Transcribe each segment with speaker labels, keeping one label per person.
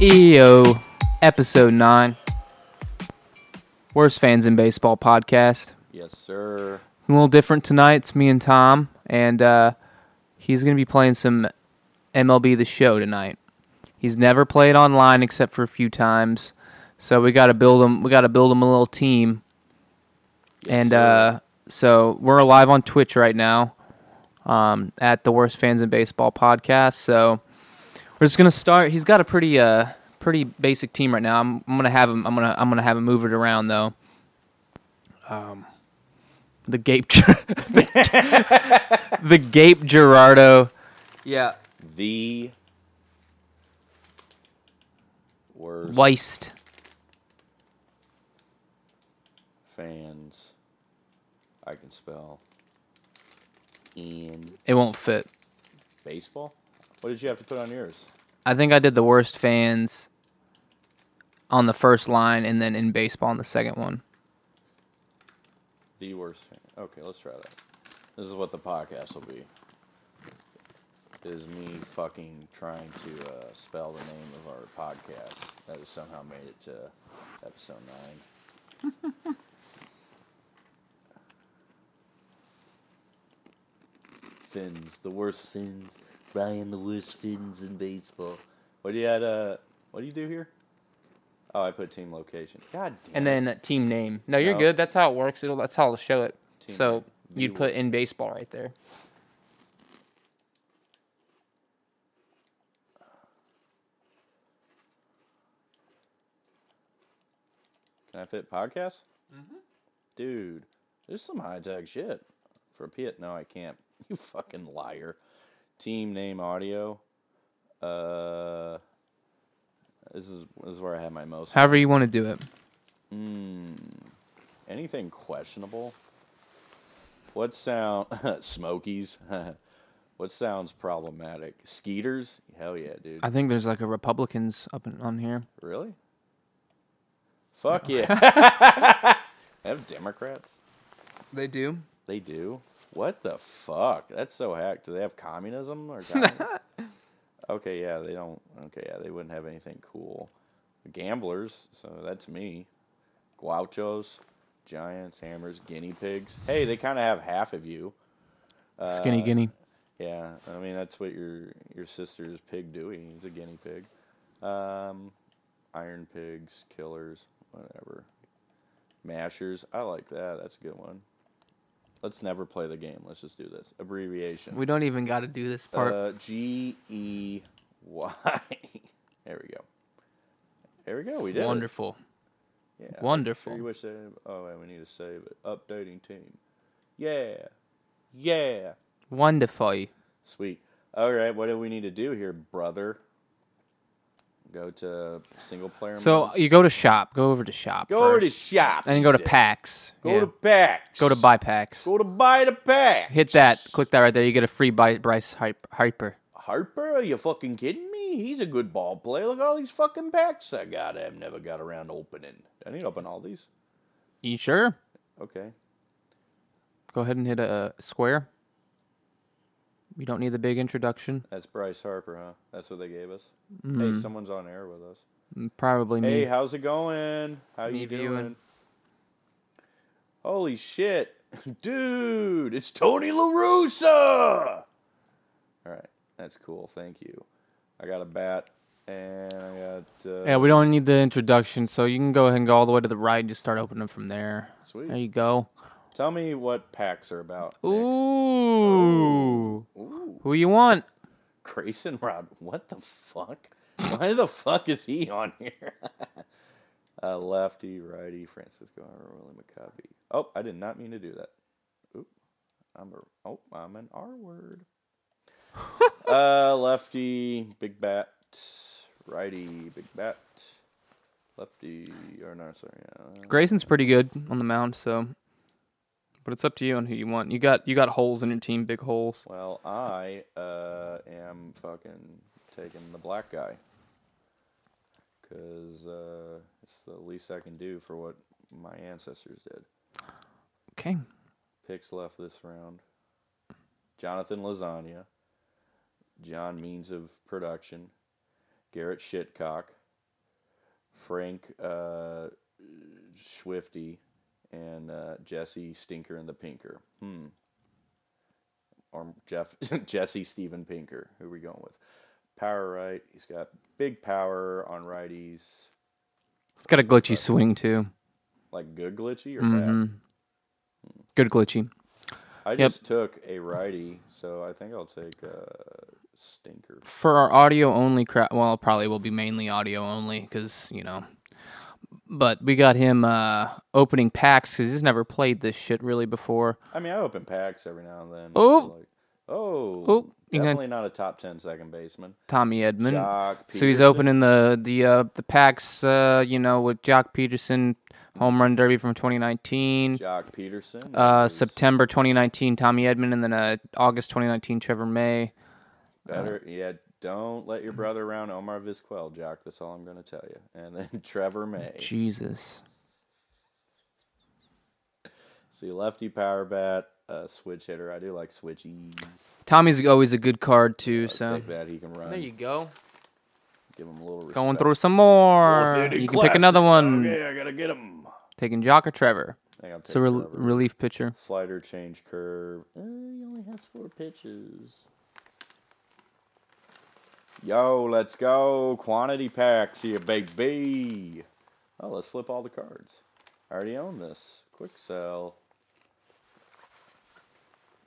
Speaker 1: EO, E episode 9. Worst Fans in Baseball podcast.
Speaker 2: Yes, sir.
Speaker 1: A little different tonight. It's me and Tom, and uh, he's going to be playing some MLB The Show tonight. He's never played online except for a few times, so we got to build him. We got to build him a little team, and
Speaker 2: sir.
Speaker 1: uh, so we're live on Twitch right now um, at the Worst Fans in Baseball podcast. So we're just gonna start. He's got a pretty uh pretty basic team right now. I'm, I'm gonna have him. I'm gonna I'm gonna have him move it around though. Um, the gape, Ger- the gape Gerardo. Yeah,
Speaker 2: The worst
Speaker 1: Weist.
Speaker 2: fans I can spell in
Speaker 1: It won't fit.
Speaker 2: baseball. What did you have to put on yours?
Speaker 1: I think I did the worst fans on the first line, and then in baseball on the second one.
Speaker 2: The worst fan. Okay, let's try that. This is what the podcast will be. Is me fucking trying to uh, spell the name of our podcast that has somehow made it to episode nine. fins, the worst fins. Ryan, the worst fins in baseball. What do you had? Uh, what do you do here? Oh, I put team location. God
Speaker 1: And
Speaker 2: damn. it.
Speaker 1: then team name. No, you're
Speaker 2: No.
Speaker 1: good. That's how it works. It'll that's how it'll show it.
Speaker 2: Team
Speaker 1: so
Speaker 2: name.
Speaker 1: you'd
Speaker 2: You-
Speaker 1: put in baseball right there.
Speaker 2: Can I fit podcast? Mm-hmm. Dude, there's some high tech shit for a pit. No, I can't. You fucking liar. Team name audio. Uh, this is this is where I have my most
Speaker 1: However you want to do it.
Speaker 2: anything questionable. What sound? Smokies. what sounds problematic? Skeeters. Hell yeah, dude.
Speaker 1: I think there's like a Republicans up and on here.
Speaker 2: Really? Fuck yeah. they have Democrats.
Speaker 1: They do.
Speaker 2: They do. What the fuck? That's so hacked. Do they have communism or? communi- okay, yeah, they don't. Okay, yeah, they wouldn't have anything cool. Gamblers, so that's me. Guauchos, giants, hammers, guinea pigs. Hey, they kind of have half of you.
Speaker 1: Skinny
Speaker 2: Uh,
Speaker 1: guinea.
Speaker 2: Yeah, I mean that's what your your sister's pig doing. He's a guinea pig. Um, iron pigs, killers, whatever. Mashers, I like that. That's a good one. Let's never play the game. Let's just do this abbreviation.
Speaker 1: We don't even got to do this part.
Speaker 2: uh, G E Y. There we go. There we go. We did it.
Speaker 1: Wonderful.
Speaker 2: Yeah, I'm sure
Speaker 1: Wonderful.
Speaker 2: you wish they, oh, and we need to save it. Updating team. Yeah, yeah.
Speaker 1: Wonderful.
Speaker 2: Sweet. All right, what do we need to do here, brother? Go to single player.
Speaker 1: So
Speaker 2: mode?
Speaker 1: you go to shop. Go over to shop.
Speaker 2: go over to
Speaker 1: first,
Speaker 2: shop
Speaker 1: and then go to
Speaker 2: he said.
Speaker 1: packs.
Speaker 2: Go
Speaker 1: yeah.
Speaker 2: to packs.
Speaker 1: go to buy packs.
Speaker 2: Go to buy the pack.
Speaker 1: Hit that. Click that right there. You get a free buy, Bryce Hyper. Hyper.
Speaker 2: Harper, are you fucking kidding me? He's a good ball player. Look at all these fucking packs I got. I've never got around to opening. I need to open all these.
Speaker 1: You sure?
Speaker 2: Okay.
Speaker 1: Go ahead and hit a square. We don't need the big introduction.
Speaker 2: That's Bryce Harper, huh? That's what they gave us.
Speaker 1: Mm-hmm.
Speaker 2: Hey, someone's on air with us.
Speaker 1: Mm, Probably me.
Speaker 2: Hey, how's it going? How
Speaker 1: Me
Speaker 2: you doing?
Speaker 1: viewing.
Speaker 2: Holy shit. Dude, it's Tony LaRussa! Alright, that's cool. Thank you. I got a bat and I got uh,
Speaker 1: Yeah, we don't need the introduction, so you can go ahead and go all the way to the right and just start opening from there.
Speaker 2: Sweet.
Speaker 1: There you go.
Speaker 2: Tell me what packs are about. Nick.
Speaker 1: Ooh. Who you want?
Speaker 2: Grayson Rod. What the fuck? Why the fuck is he on here? uh, lefty, righty, Francisco Willie McCovey. Oh, I did not mean to do that. Oop, I'm a oh, I'm an R word. uh, lefty, big bat, righty, big bat, lefty. Or no, sorry. Uh,
Speaker 1: Grayson's pretty good on the mound, so. But it's up to you on who you want. You got you got holes in your team, big holes.
Speaker 2: Well, I uh, am fucking taking the black guy. Because uh, it's the least I can do for what my ancestors did.
Speaker 1: Okay.
Speaker 2: Picks left this round Jonathan Lasagna, John Means of Production, Garrett Shitcock, Frank uh, Swifty, and uh, Jesse Stinker and the Pinker. Hmm or Jeff Jesse Steven Pinker. Who are we going with? Power right. He's got big power on righties,
Speaker 1: It's got a glitchy swing too.
Speaker 2: like good glitchy or bad.
Speaker 1: Good glitchy.
Speaker 2: I
Speaker 1: Yep.
Speaker 2: just took a righty, so I think I'll take uh, Stinker.
Speaker 1: For our audio only crowd, well, probably will be mainly audio only because you know. But we got him uh, opening packs because he's never played this shit really before.
Speaker 2: I mean, I open packs every now and then.
Speaker 1: Oop.
Speaker 2: Like, oh,
Speaker 1: Oop. You got-
Speaker 2: definitely not a top 10 second baseman.
Speaker 1: Tommy Edmond.
Speaker 2: Jock
Speaker 1: so he's
Speaker 2: Peterson.
Speaker 1: opening the the uh, the packs, uh, you know, with Jock Peterson home run derby from 2019,
Speaker 2: Jock Peterson.
Speaker 1: uh,
Speaker 2: is
Speaker 1: September 2019 Tommy Edmond, and then uh, August 2019 Trevor May.
Speaker 2: better. yeah, don't let your brother around Omar Vizquel, Jock. That's all I'm going to tell you. And then Trevor May.
Speaker 1: Jesus,
Speaker 2: See, lefty power bat, uh, switch hitter. I do like switchies.
Speaker 1: Tommy's always a good card too.
Speaker 2: Let's
Speaker 1: so
Speaker 2: take that. He can run.
Speaker 1: there you go.
Speaker 2: Give him a little respect.
Speaker 1: Going through some more.
Speaker 2: Authentic
Speaker 1: You can
Speaker 2: classic.
Speaker 1: pick another one.
Speaker 2: Okay, I gotta get him.
Speaker 1: Taking Jock or Trevor.
Speaker 2: I think I'll take
Speaker 1: So rel
Speaker 2: Trevor.
Speaker 1: relief pitcher.
Speaker 2: Slider change curve. Uh, he only has four pitches. Yo, let's go. Quantity packs here, baby. Oh, let's flip all the cards. I already own this. Quick sell.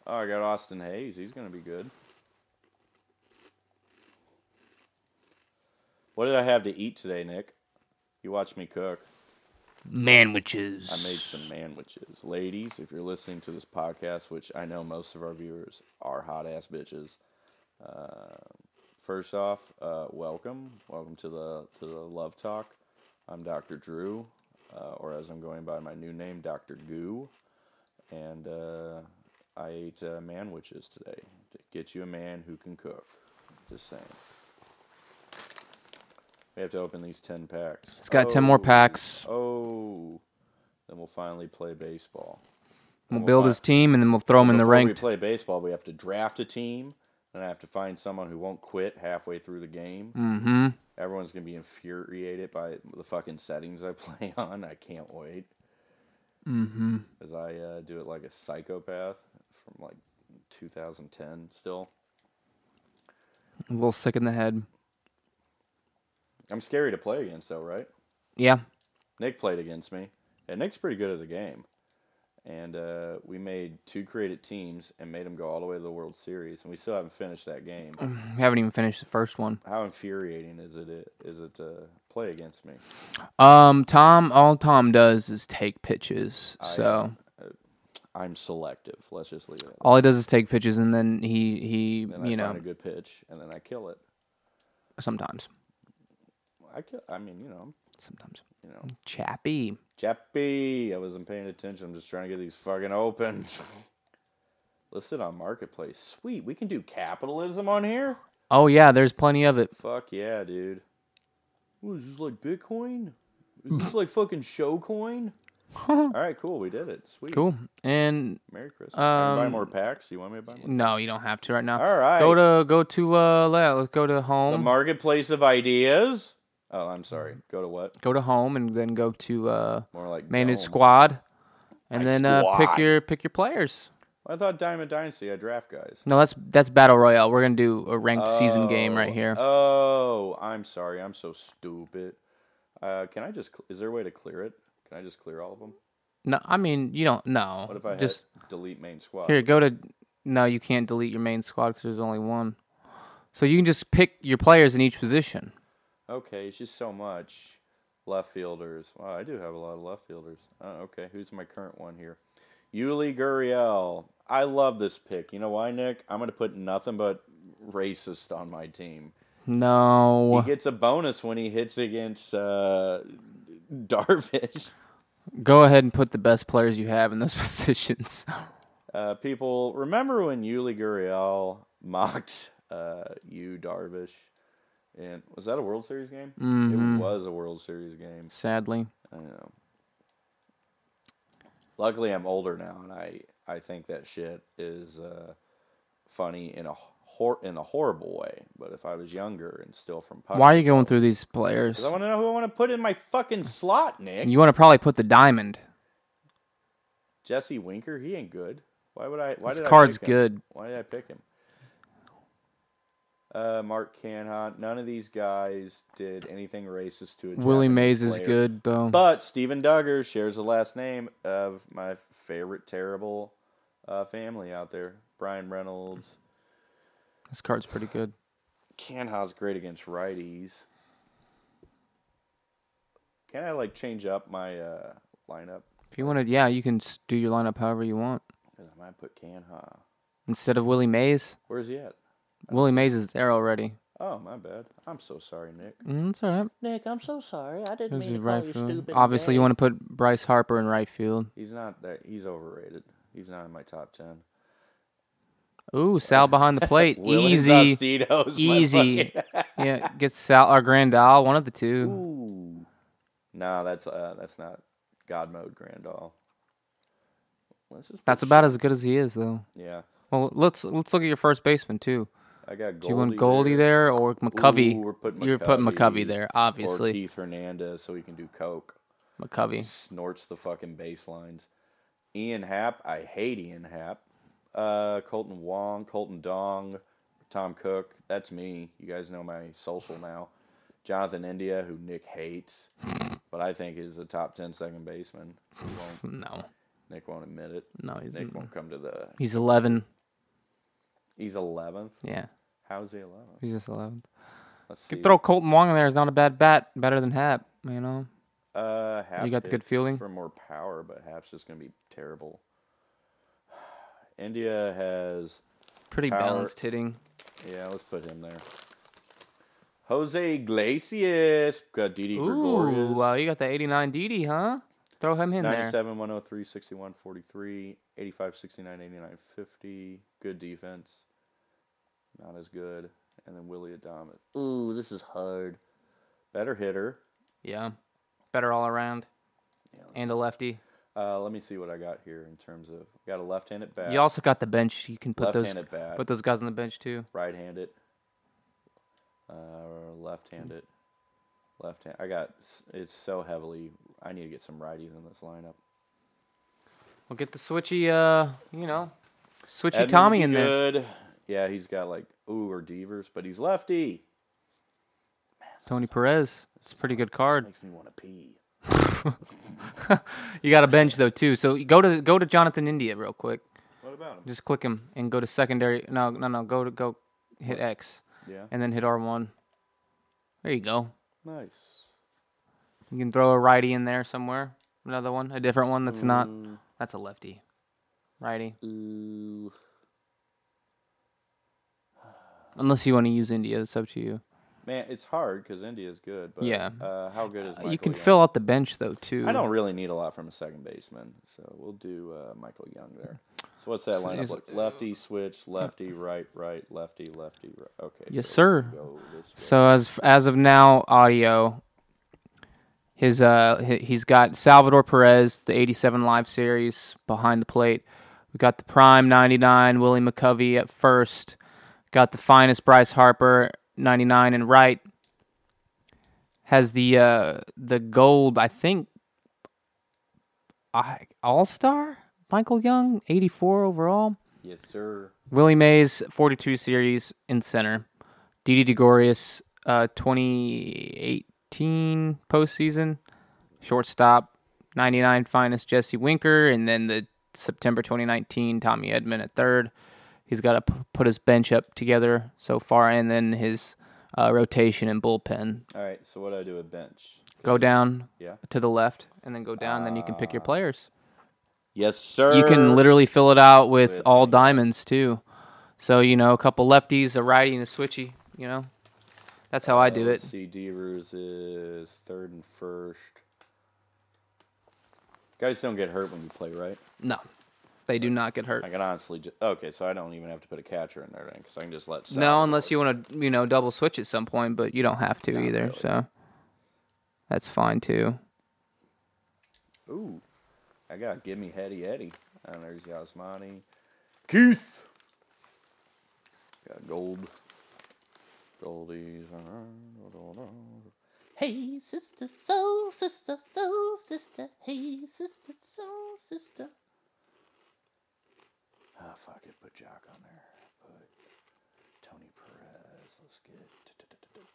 Speaker 2: Oh, I got Austin Hayes. He's going to be good. What did I have to eat today, Nick? You watched me cook.
Speaker 1: Man witches.
Speaker 2: I made some manwiches. Ladies, if you're listening to this podcast, which I know most of our viewers are hot ass bitches, uh, first off, uh, welcome, welcome to the to the love talk. I'm Dr. Drew, uh, or as I'm going by my new name, Dr. Goo, and uh, I ate uh, manwiches today. To get you a man who can cook. Just saying. We have to open these ten packs.
Speaker 1: It's got 10 more
Speaker 2: Oh.
Speaker 1: packs.
Speaker 2: Oh, then we'll finally play baseball.
Speaker 1: We'll
Speaker 2: we'll
Speaker 1: build
Speaker 2: fi-
Speaker 1: his team and then we'll throw him in the
Speaker 2: Before
Speaker 1: ranked.
Speaker 2: we play baseball, we have to draft a team, and I have to find someone who won't quit halfway through the game. Mm-hmm. Everyone's gonna be infuriated by the fucking settings I play on. I can't wait. Mm-hmm. As I uh, do it like a psychopath from like 2010 still.
Speaker 1: A little sick in the head.
Speaker 2: I'm scary to play against though, right?
Speaker 1: Yeah.
Speaker 2: Nick played against me, and Nick's pretty good at the game. And uh, we made two created teams and made them go all the way to the World Series, and we still haven't finished that game.
Speaker 1: Haven't even finished the first one.
Speaker 2: How infuriating is it is it to play against me?
Speaker 1: Um, Tom, all Tom does is take pitches. so
Speaker 2: I'm selective. Let's just leave it. at
Speaker 1: all he does is take pitches and then he, he
Speaker 2: that. And I
Speaker 1: you
Speaker 2: find
Speaker 1: know,
Speaker 2: a good pitch, and then I kill it.
Speaker 1: sometimes.
Speaker 2: I kill. I mean, you know,
Speaker 1: Sometimes.
Speaker 2: you know,
Speaker 1: Chappy.
Speaker 2: Chappie. I wasn't paying attention. I'm just trying to get these fucking open. Listed on marketplace. Sweet, we can do capitalism on here.
Speaker 1: Oh, yeah, there's plenty of it.
Speaker 2: Fuck yeah, dude. What is this like Bitcoin? Is this like fucking Showcoin? All right, cool. We did it. Sweet.
Speaker 1: Cool. And
Speaker 2: Merry Christmas. Can I buy more packs. You want me to buy more?
Speaker 1: no, you don't have to right now.
Speaker 2: All right.
Speaker 1: Go to, go to, uh, le- let's go to
Speaker 2: The
Speaker 1: home.
Speaker 2: marketplace of ideas. Oh, I'm sorry. Go to what?
Speaker 1: go to home and then go to, uh,
Speaker 2: More like
Speaker 1: manage
Speaker 2: dome.
Speaker 1: squad, and
Speaker 2: My
Speaker 1: then Uh, pick
Speaker 2: squad.
Speaker 1: your pick your players.
Speaker 2: I thought Diamond Dynasty. I draft guys.
Speaker 1: No, that's that's battle royale. We're gonna do a ranked season game right
Speaker 2: Oh,
Speaker 1: here.
Speaker 2: Oh, I'm sorry. I'm so stupid. Uh, can I just? cl- Is there a way to clear it? Can I just clear all of them?
Speaker 1: no, I mean you don't. No,
Speaker 2: What if I
Speaker 1: just
Speaker 2: hit delete main squad?
Speaker 1: here go to. No, you can't delete your main squad because there's only one. So you can just pick your players in each position.
Speaker 2: Okay, it's just so much. Left fielders. Wow, I do have a lot of left fielders. Oh, okay, who's my current one here? Yuli Gurriel. I love this pick. You know why, Nick? I'm going to put nothing but racist on my team. He
Speaker 1: No.
Speaker 2: gets a bonus when he hits against uh, Darvish.
Speaker 1: Go ahead and put the best players you have in those positions.
Speaker 2: Uh, people, remember when Yuli Gurriel mocked uh, you, Darvish? And was that a World Series game? It was a World Series game.
Speaker 1: Sadly.
Speaker 2: I know. Luckily, I'm older now, and I I think that shit is uh, funny in a hor- in a horrible way. But if I was younger and still from Puck,
Speaker 1: Why are you going through these players?
Speaker 2: I want to know who I want to put in my fucking slot, Nick.
Speaker 1: You want to probably put the diamond.
Speaker 2: Jesse Winker, he ain't good. Why would I? Why
Speaker 1: His
Speaker 2: did
Speaker 1: card's
Speaker 2: I pick him?
Speaker 1: good.
Speaker 2: Why did I pick him? Uh, Mark Canhot. None of these guys did anything racist to a
Speaker 1: Willie
Speaker 2: Japanese
Speaker 1: Mays is
Speaker 2: player.
Speaker 1: good though.
Speaker 2: But Stephen Duggar shares the last name of my favorite terrible uh, family out there. Brian Reynolds.
Speaker 1: His card's pretty good.
Speaker 2: Canha's great against righties. Can I like change up my uh, lineup?
Speaker 1: If you want to, yeah, you can s- do your lineup however you want.
Speaker 2: 'Cause I might put Canha.
Speaker 1: Instead of Willie Mays,
Speaker 2: Where's he at?
Speaker 1: Willie Mays is there already.
Speaker 2: Oh, my bad. I'm so sorry, Nick.
Speaker 1: Mm, that's all right.
Speaker 3: Nick, I'm so sorry. I
Speaker 1: Those
Speaker 3: didn't mean
Speaker 1: are
Speaker 3: to
Speaker 1: right
Speaker 3: call you
Speaker 1: field.
Speaker 3: stupid.
Speaker 1: Obviously, you
Speaker 3: Nick.
Speaker 1: want to put Bryce Harper in right field.
Speaker 2: He's not that. He's overrated. He's not in my top ten.
Speaker 1: Ooh, Sal behind the plate.
Speaker 2: Willie
Speaker 1: Easy.
Speaker 2: Tostitos, my
Speaker 1: Easy.
Speaker 2: fucking-
Speaker 1: yeah, get Sal or Grandal, one of the two.
Speaker 2: Ooh. No, that's uh, that's not God mode Grandall. Let's just
Speaker 1: That's
Speaker 2: put
Speaker 1: about
Speaker 2: shit-
Speaker 1: as good as he is, though.
Speaker 2: Yeah,
Speaker 1: Well, let's let's look at your first baseman too.
Speaker 2: I got Goldie.
Speaker 1: Do you want Goldie there, or McCovey?
Speaker 2: Ooh, we're putting
Speaker 1: You're putting
Speaker 2: McCovey.
Speaker 1: McCovey there,
Speaker 2: Or
Speaker 1: obviously.
Speaker 2: Keith Hernandez, so he can do coke.
Speaker 1: McCovey.
Speaker 2: Snorts the fucking baselines. Ian Happ, I hate Ian Happ. Uh, Colton Wong, Colton Dong, Tom Cook. That's me. You guys know my social now. Jonathan India, who Nick hates, but I think is a top 10 second baseman. He won't-
Speaker 1: No,
Speaker 2: Nick won't admit it.
Speaker 1: no, he's
Speaker 2: Nick won't come to the.
Speaker 1: he's eleven.
Speaker 2: He's 11th.
Speaker 1: Yeah,
Speaker 2: How's he 11th?
Speaker 1: he's just eleven.
Speaker 2: Let's see.
Speaker 1: Could throw Colton Wong in there. It's not a bad bat. Better than Hap, you know.
Speaker 2: Uh, Hap
Speaker 1: You got the good
Speaker 2: hits
Speaker 1: feeling?
Speaker 2: for more power, but Hap's just gonna be terrible. India has
Speaker 1: Pretty
Speaker 2: Power.
Speaker 1: balanced hitting.
Speaker 2: yeah. Let's put him there. Jose Iglesias got Didi
Speaker 1: Ooh,
Speaker 2: Gregorius.
Speaker 1: wow, you got the 89 DD, huh? Throw him in there.
Speaker 2: 97, 103, 61, 43, 85, 69, 89, 50. Good defense. Not as good. And then Willie Adamas. Ooh, this is hard. Better hitter.
Speaker 1: Yeah, better all around. and a lefty.
Speaker 2: Uh, let me see what I got here in terms of got a left-handed bat.
Speaker 1: You also got the bench. You can put those
Speaker 2: Left-handed bat.
Speaker 1: put those guys on the bench too.
Speaker 2: right-handed, uh, left-handed, left-hand. I got it's so heavily. I need to get some righties in this lineup.
Speaker 1: Well, get the switchy, uh, you know, switchy
Speaker 2: Edmund
Speaker 1: Tommy
Speaker 2: would
Speaker 1: in
Speaker 2: be
Speaker 1: there.
Speaker 2: good. Yeah, he's got like ooh or Devers, but he's lefty.
Speaker 1: Tony Perez. It's a pretty good card.
Speaker 2: Makes me want to pee.
Speaker 1: You got a bench though too. So you go to go to Jonathan India real quick.
Speaker 2: What about him?
Speaker 1: Just click him and go to secondary. No, no, no. Go to go hit X
Speaker 2: Yeah,
Speaker 1: and then hit R1. There you go.
Speaker 2: nice.
Speaker 1: You can throw a righty in there somewhere. Another one, a different one that's not.
Speaker 2: Mm.
Speaker 1: That's a lefty. Righty.
Speaker 2: Ooh.
Speaker 1: Unless you want to use India, it's up to you.
Speaker 2: Man, it's hard because India's good, but
Speaker 1: Yeah.
Speaker 2: uh, how good is Michael
Speaker 1: you can
Speaker 2: Young?
Speaker 1: fill out the bench though too.
Speaker 2: I don't really need a lot from a second baseman, so we'll do uh, Michael Young there. So what's that lineup
Speaker 1: is-
Speaker 2: look? Lefty switch, lefty right, right, lefty lefty. Right. Okay.
Speaker 1: Yes,
Speaker 2: so
Speaker 1: sir.
Speaker 2: we'll go this way.
Speaker 1: So as as of now, audio. His uh, he- he's got Salvador Perez, the '87 Live Series behind the plate. We got the prime '99 Willie McCovey at first. Got the finest Bryce Harper '99 and right. Has the uh, the gold? I think I, All Star Michael Young '84 overall.
Speaker 2: Yes, sir.
Speaker 1: Willie Mays, 42 series in center. Didi DeGorius, uh, 2018 postseason, shortstop. 99 finest Jesse Winker, and then the September 2019 Tommy Edmond at third. He's got to p- put his bench up together so far, and then his uh, rotation and bullpen.
Speaker 2: All right, so what do I do with bench?
Speaker 1: Go down
Speaker 2: Yeah.
Speaker 1: to the left, and then go down. then you can pick your players.
Speaker 2: Yes, sir.
Speaker 1: You can literally fill it out with all diamonds too. So you know, a couple lefties, a righty, and a switchy. You know, that's how I do it.
Speaker 2: Let's see, Devers is third and first. Guys don't get hurt when you play, right?
Speaker 1: No, they do not get hurt.
Speaker 2: I can honestly just okay, so I don't even have to put a catcher in there then, because I can just let.
Speaker 1: No, unless you want to, you know, double switch at some point, but you don't have to either.
Speaker 2: really.
Speaker 1: So that's fine too.
Speaker 2: you. Ooh, I got give me Hetty Eddie. And there's Yasmani. Keith. Got gold. Goldies.
Speaker 3: Hey, sister, soul, sister, soul, sister. Hey, sister, soul, sister.
Speaker 2: Ah, fuck it. Put Jock on there. Put Tony Perez. Let's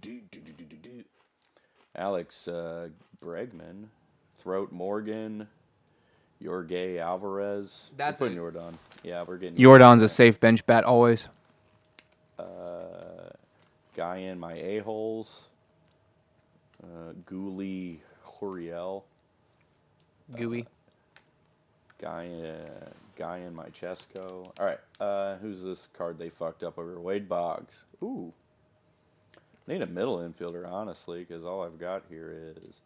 Speaker 2: get. Alex uh, Bregman, Throat Morgan, Jorge Alvarez.
Speaker 1: That's
Speaker 2: we're putting
Speaker 1: it.
Speaker 2: Jordan. Yeah, we're getting
Speaker 1: Jordan's a safe bench bat always.
Speaker 2: guy in my a holes. Uh, Gouli Horiel,
Speaker 1: Gooey.
Speaker 2: guy in guy in my Chesco. All right, uh, who's this card they fucked up over? Wade Boggs. Ooh, need a middle infielder honestly, because all I've got here is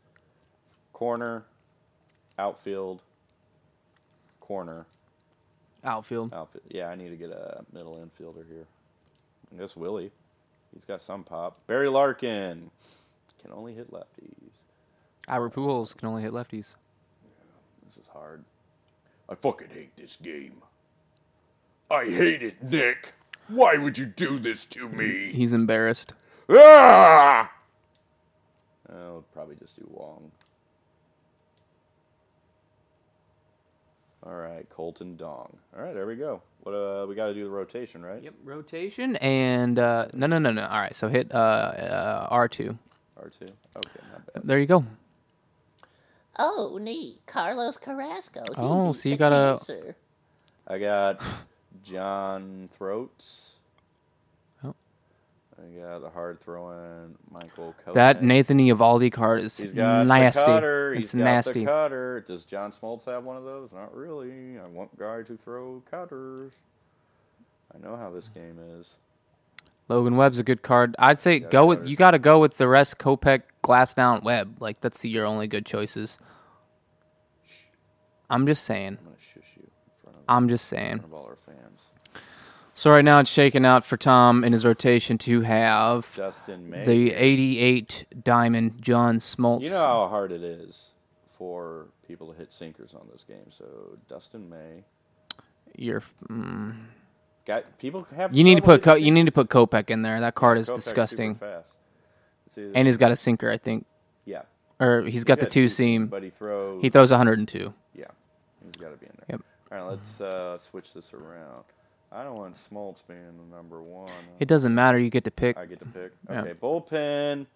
Speaker 2: corner, outfield, corner,
Speaker 1: Outfield.
Speaker 2: outfield. Yeah, I need to get a middle infielder here. I guess Willie. He's got some pop. Barry Larkin can only hit lefties.
Speaker 1: Albert Pujols can only hit lefties.
Speaker 2: This is hard. I fucking hate this game. I hate it, Nick. Why would you do this to me?
Speaker 1: He's embarrassed.
Speaker 2: Ah! I'll probably just do Wong. All right, Colton Dong. All right, there we go. What uh, we got to do the rotation, right?
Speaker 1: Yep. Rotation and uh, no, no, no, no. All right. So hit uh, uh, R two.
Speaker 2: R two. Okay, not bad.
Speaker 1: There you go.
Speaker 3: Oh, neat. Carlos Carrasco. He
Speaker 1: Oh,
Speaker 3: beat
Speaker 1: so you
Speaker 3: the
Speaker 1: got a-
Speaker 3: cancer.
Speaker 2: I got John Throats.
Speaker 1: Oh.
Speaker 2: I got the hard throwing Michael. Kovac.
Speaker 1: That Nathan Ivaldi card is
Speaker 2: He's got
Speaker 1: nasty.
Speaker 2: the cutter.
Speaker 1: It's
Speaker 2: He's got
Speaker 1: nasty.
Speaker 2: the cutter. Does John Smoltz have one of those? Not really. I want guys who throw cutters. I know how this game is.
Speaker 1: Logan Webb's a good card. I'd say
Speaker 2: got
Speaker 1: go with
Speaker 2: cutter.
Speaker 1: you got to go with the rest. Kopech, Glassdown, Webb. Like that's your only good choices. I'm just saying.
Speaker 2: I'm gonna shush you in front of,
Speaker 1: I'm just
Speaker 2: in
Speaker 1: saying.
Speaker 2: front of all our fans.
Speaker 1: So right now it's shaking out for Tom in his rotation to have
Speaker 2: Justin May.
Speaker 1: the 88 diamond John Smoltz.
Speaker 2: You know how hard it is for people to hit sinkers on this game. So Dustin May.
Speaker 1: You're- mm.
Speaker 2: Got people have.
Speaker 1: you need to
Speaker 2: trouble
Speaker 1: put Co-
Speaker 2: hitting
Speaker 1: you need to put Kopech in there. That card is
Speaker 2: sinkers. Kopech's super
Speaker 1: disgusting.
Speaker 2: Fast. It's either-
Speaker 1: And he's got a sinker, I think,
Speaker 2: yeah.
Speaker 1: or he's got the two seam.
Speaker 2: But he throws.
Speaker 1: He throws 102.
Speaker 2: Yeah, he's got to be in there.
Speaker 1: Yep.
Speaker 2: All right, let's uh, switch this around. I don't want Smoltz being the number one.
Speaker 1: It doesn't matter. You get to pick.
Speaker 2: I get to pick.
Speaker 1: Yeah.
Speaker 2: Okay, bullpen.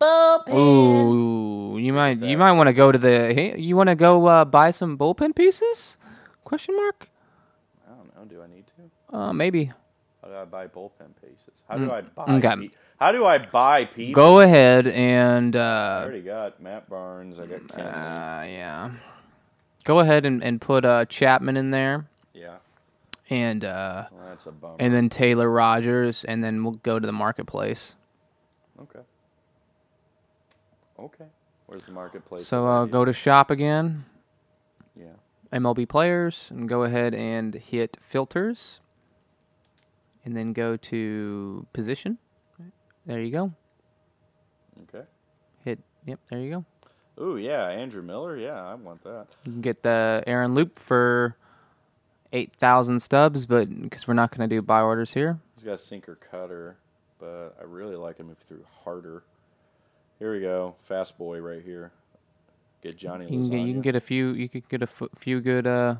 Speaker 3: Bullpen.
Speaker 1: Ooh, you might you
Speaker 2: fast.
Speaker 1: might want to go to the. Hey, you want to go uh, buy some bullpen pieces? Question mark.
Speaker 2: I don't know. Do I need to?
Speaker 1: Uh, maybe.
Speaker 2: How do I buy bullpen pieces? How do I buy?
Speaker 1: okay.
Speaker 2: pe- How do I buy people?
Speaker 1: Mm, Go ahead and
Speaker 2: I
Speaker 1: uh,
Speaker 2: already got Matt Barnes. I got Kenley.
Speaker 1: uh, yeah. Go ahead and, and put uh, Chapman in there,
Speaker 2: yeah,
Speaker 1: and uh,
Speaker 2: well, that's a bummer.
Speaker 1: and then Taylor Rogers, and then we'll go to the marketplace.
Speaker 2: okay. Okay. Where's the marketplace?
Speaker 1: So
Speaker 2: that I
Speaker 1: uh,
Speaker 2: need-
Speaker 1: go to shop again,
Speaker 2: Yeah.
Speaker 1: MLB players, and go ahead and hit filters, and then go to position. There you go.
Speaker 2: Okay.
Speaker 1: Hit. Yep. There you go.
Speaker 2: Ooh yeah, Andrew Miller. Yeah, I want that.
Speaker 1: You can get the Aaron Loop for eight thousand stubs, but because we're not going to do buy orders here,
Speaker 2: He's got sinker cutter, but I really like him if he threw harder. Here we go, fast boy right here. Get Johnny
Speaker 1: you can get, you can
Speaker 2: Lasagna.
Speaker 1: get a few. You could get a f- few good. uh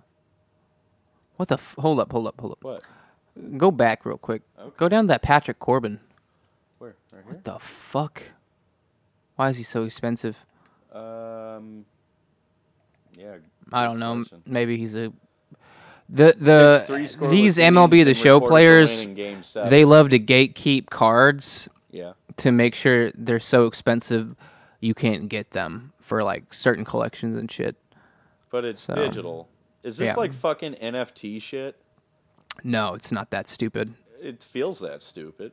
Speaker 1: What the? F- hold up! Hold up! Hold up!
Speaker 2: what?
Speaker 1: Go back real quick. Go down to that Patrick Corbin.
Speaker 2: Where? Right
Speaker 1: What the fuck? Why is he so expensive?
Speaker 2: here. Um. Yeah,
Speaker 1: I don't know. m-
Speaker 2: question.
Speaker 1: Maybe he's a the
Speaker 2: It's three
Speaker 1: the
Speaker 2: scoreless
Speaker 1: these MLB
Speaker 2: innings
Speaker 1: the
Speaker 2: and
Speaker 1: show
Speaker 2: recorded the
Speaker 1: players
Speaker 2: win in game seven.
Speaker 1: they love to gatekeep cards
Speaker 2: yeah
Speaker 1: to make sure they're so expensive you can't get them for like certain collections and shit.
Speaker 2: but it's digital is this
Speaker 1: yeah.
Speaker 2: like fucking nft shit
Speaker 1: No, it's not that stupid.
Speaker 2: it feels that stupid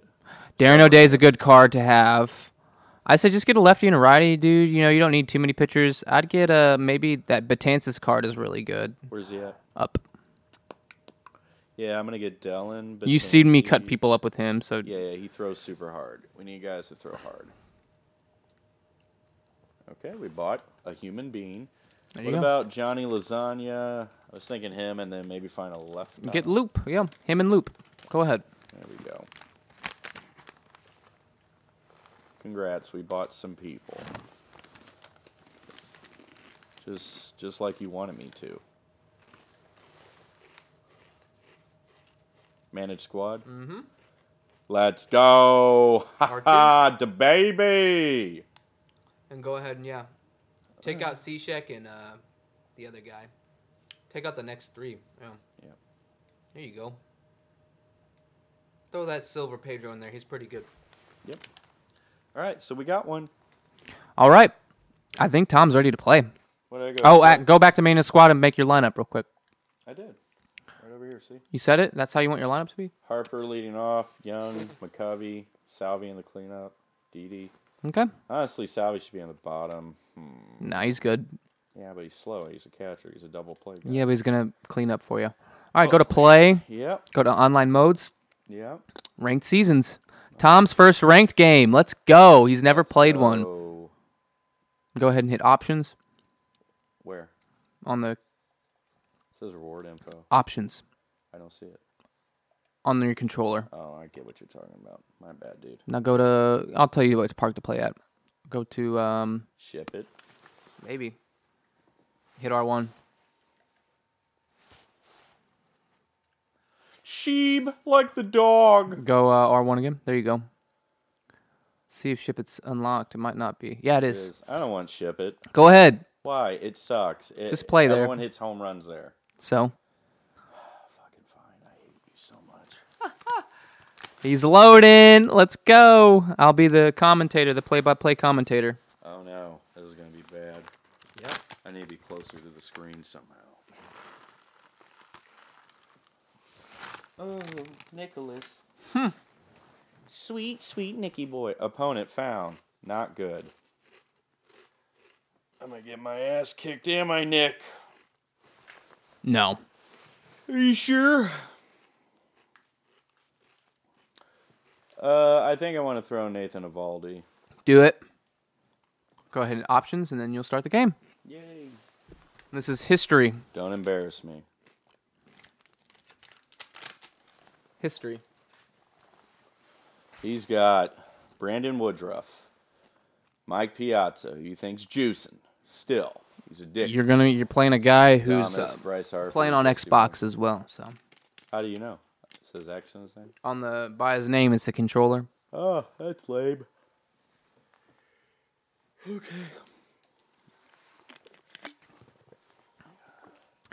Speaker 1: Darren O'Day's a good card to have. I said just get a lefty and a righty, dude. You know you don't need too many pitchers. I'd get a maybe that Batanzas card is really good.
Speaker 2: where's he at
Speaker 1: Up,
Speaker 2: yeah i'm gonna get dellen
Speaker 1: you've seen me cut
Speaker 2: Batanzas.
Speaker 1: people up with him, so
Speaker 2: yeah yeah he throws super hard we need guys to throw hard okay we bought a human being
Speaker 1: there
Speaker 2: what
Speaker 1: you go.
Speaker 2: about johnny lasagna i was thinking him and then maybe find a left
Speaker 1: Get Loop. Yeah, him and Loop. Go ahead.
Speaker 2: There we go. Congrats, we bought some people. Just just like you wanted me to. Manage squad? Mm-hmm. Let's go! Ha
Speaker 1: Part two.
Speaker 2: ha! Da baby!
Speaker 1: And go ahead and yeah, take out C Sheck and uh, the other guy. Take out the next three. Yeah.
Speaker 2: Yeah.
Speaker 1: There you go. Throw that silver Pedro in there. He's pretty good.
Speaker 2: Yep. Alright, so we got one.
Speaker 1: All right. I think Tom's ready to play.
Speaker 2: What did I go?
Speaker 1: Oh,
Speaker 2: with?
Speaker 1: at, go back to main and squad and make your lineup real quick.
Speaker 2: I did. Right over here, see?
Speaker 1: You said it. That's how you want your lineup to be.
Speaker 2: Harper leading off, Young, McCovey, Salvi in the cleanup, Dee Dee.
Speaker 1: Okay.
Speaker 2: Honestly, Salvi should be on the bottom.
Speaker 1: Nah, he's good.
Speaker 2: Yeah, but he's slow. He's a catcher. He's a double play guy.
Speaker 1: Yeah, but he's gonna clean up for you. All right, go to play.
Speaker 2: Yep.
Speaker 1: Go to online modes.
Speaker 2: Yep.
Speaker 1: Ranked seasons. Tom's first ranked game. Let's go. He's never played one.
Speaker 2: Oh,
Speaker 1: Go ahead and hit options
Speaker 2: where?
Speaker 1: on the
Speaker 2: It says reward info.
Speaker 1: options
Speaker 2: I don't see it.
Speaker 1: on your controller.
Speaker 2: Oh, I get what you're talking about. My bad, dude.
Speaker 1: Now go to. I'll tell you what park to play at. Go to um
Speaker 2: Ship it.
Speaker 1: maybe. Hit R one.
Speaker 2: Sheeb like the dog.
Speaker 1: Go uh, R one again. There you go. See if ship it's unlocked. It might not be. Yeah, it is.
Speaker 2: Is- I don't want ship it.
Speaker 1: Go ahead.
Speaker 2: Why? It sucks. It,
Speaker 1: Just play there.
Speaker 2: Everyone hits home runs there.
Speaker 1: So
Speaker 2: Fucking fine. I hate you so much.
Speaker 1: he's loading. Let's go. I'll be the commentator, the play-by-play commentator.
Speaker 2: Oh no, this is gonna be bad. Yep. I need to be closer to the screen somehow. Oh, Nicholas. Hmm. Sweet, sweet Nicky boy. Opponent found. Not good. I'm gonna get my ass kicked, am I, Nick?
Speaker 1: No.
Speaker 2: Are you sure? Uh, I think I want to throw Nathan Avaldi.
Speaker 1: Do it. Go ahead and options, and then you'll start the game.
Speaker 2: Yay.
Speaker 1: This is history.
Speaker 2: Don't embarrass me.
Speaker 1: History.
Speaker 2: He's got Brandon Woodruff, Mike Piazza, who you think's juicing. Still, he's a dick.
Speaker 1: You're gonna. You're playing a guy who's
Speaker 2: Thomas,
Speaker 1: uh,
Speaker 2: Bryce Harper,
Speaker 1: playing on
Speaker 2: 61.
Speaker 1: Xbox as well. So
Speaker 2: How do you know? It says X in his name.
Speaker 1: on the by his name, it's the controller.
Speaker 2: Oh, that's lame.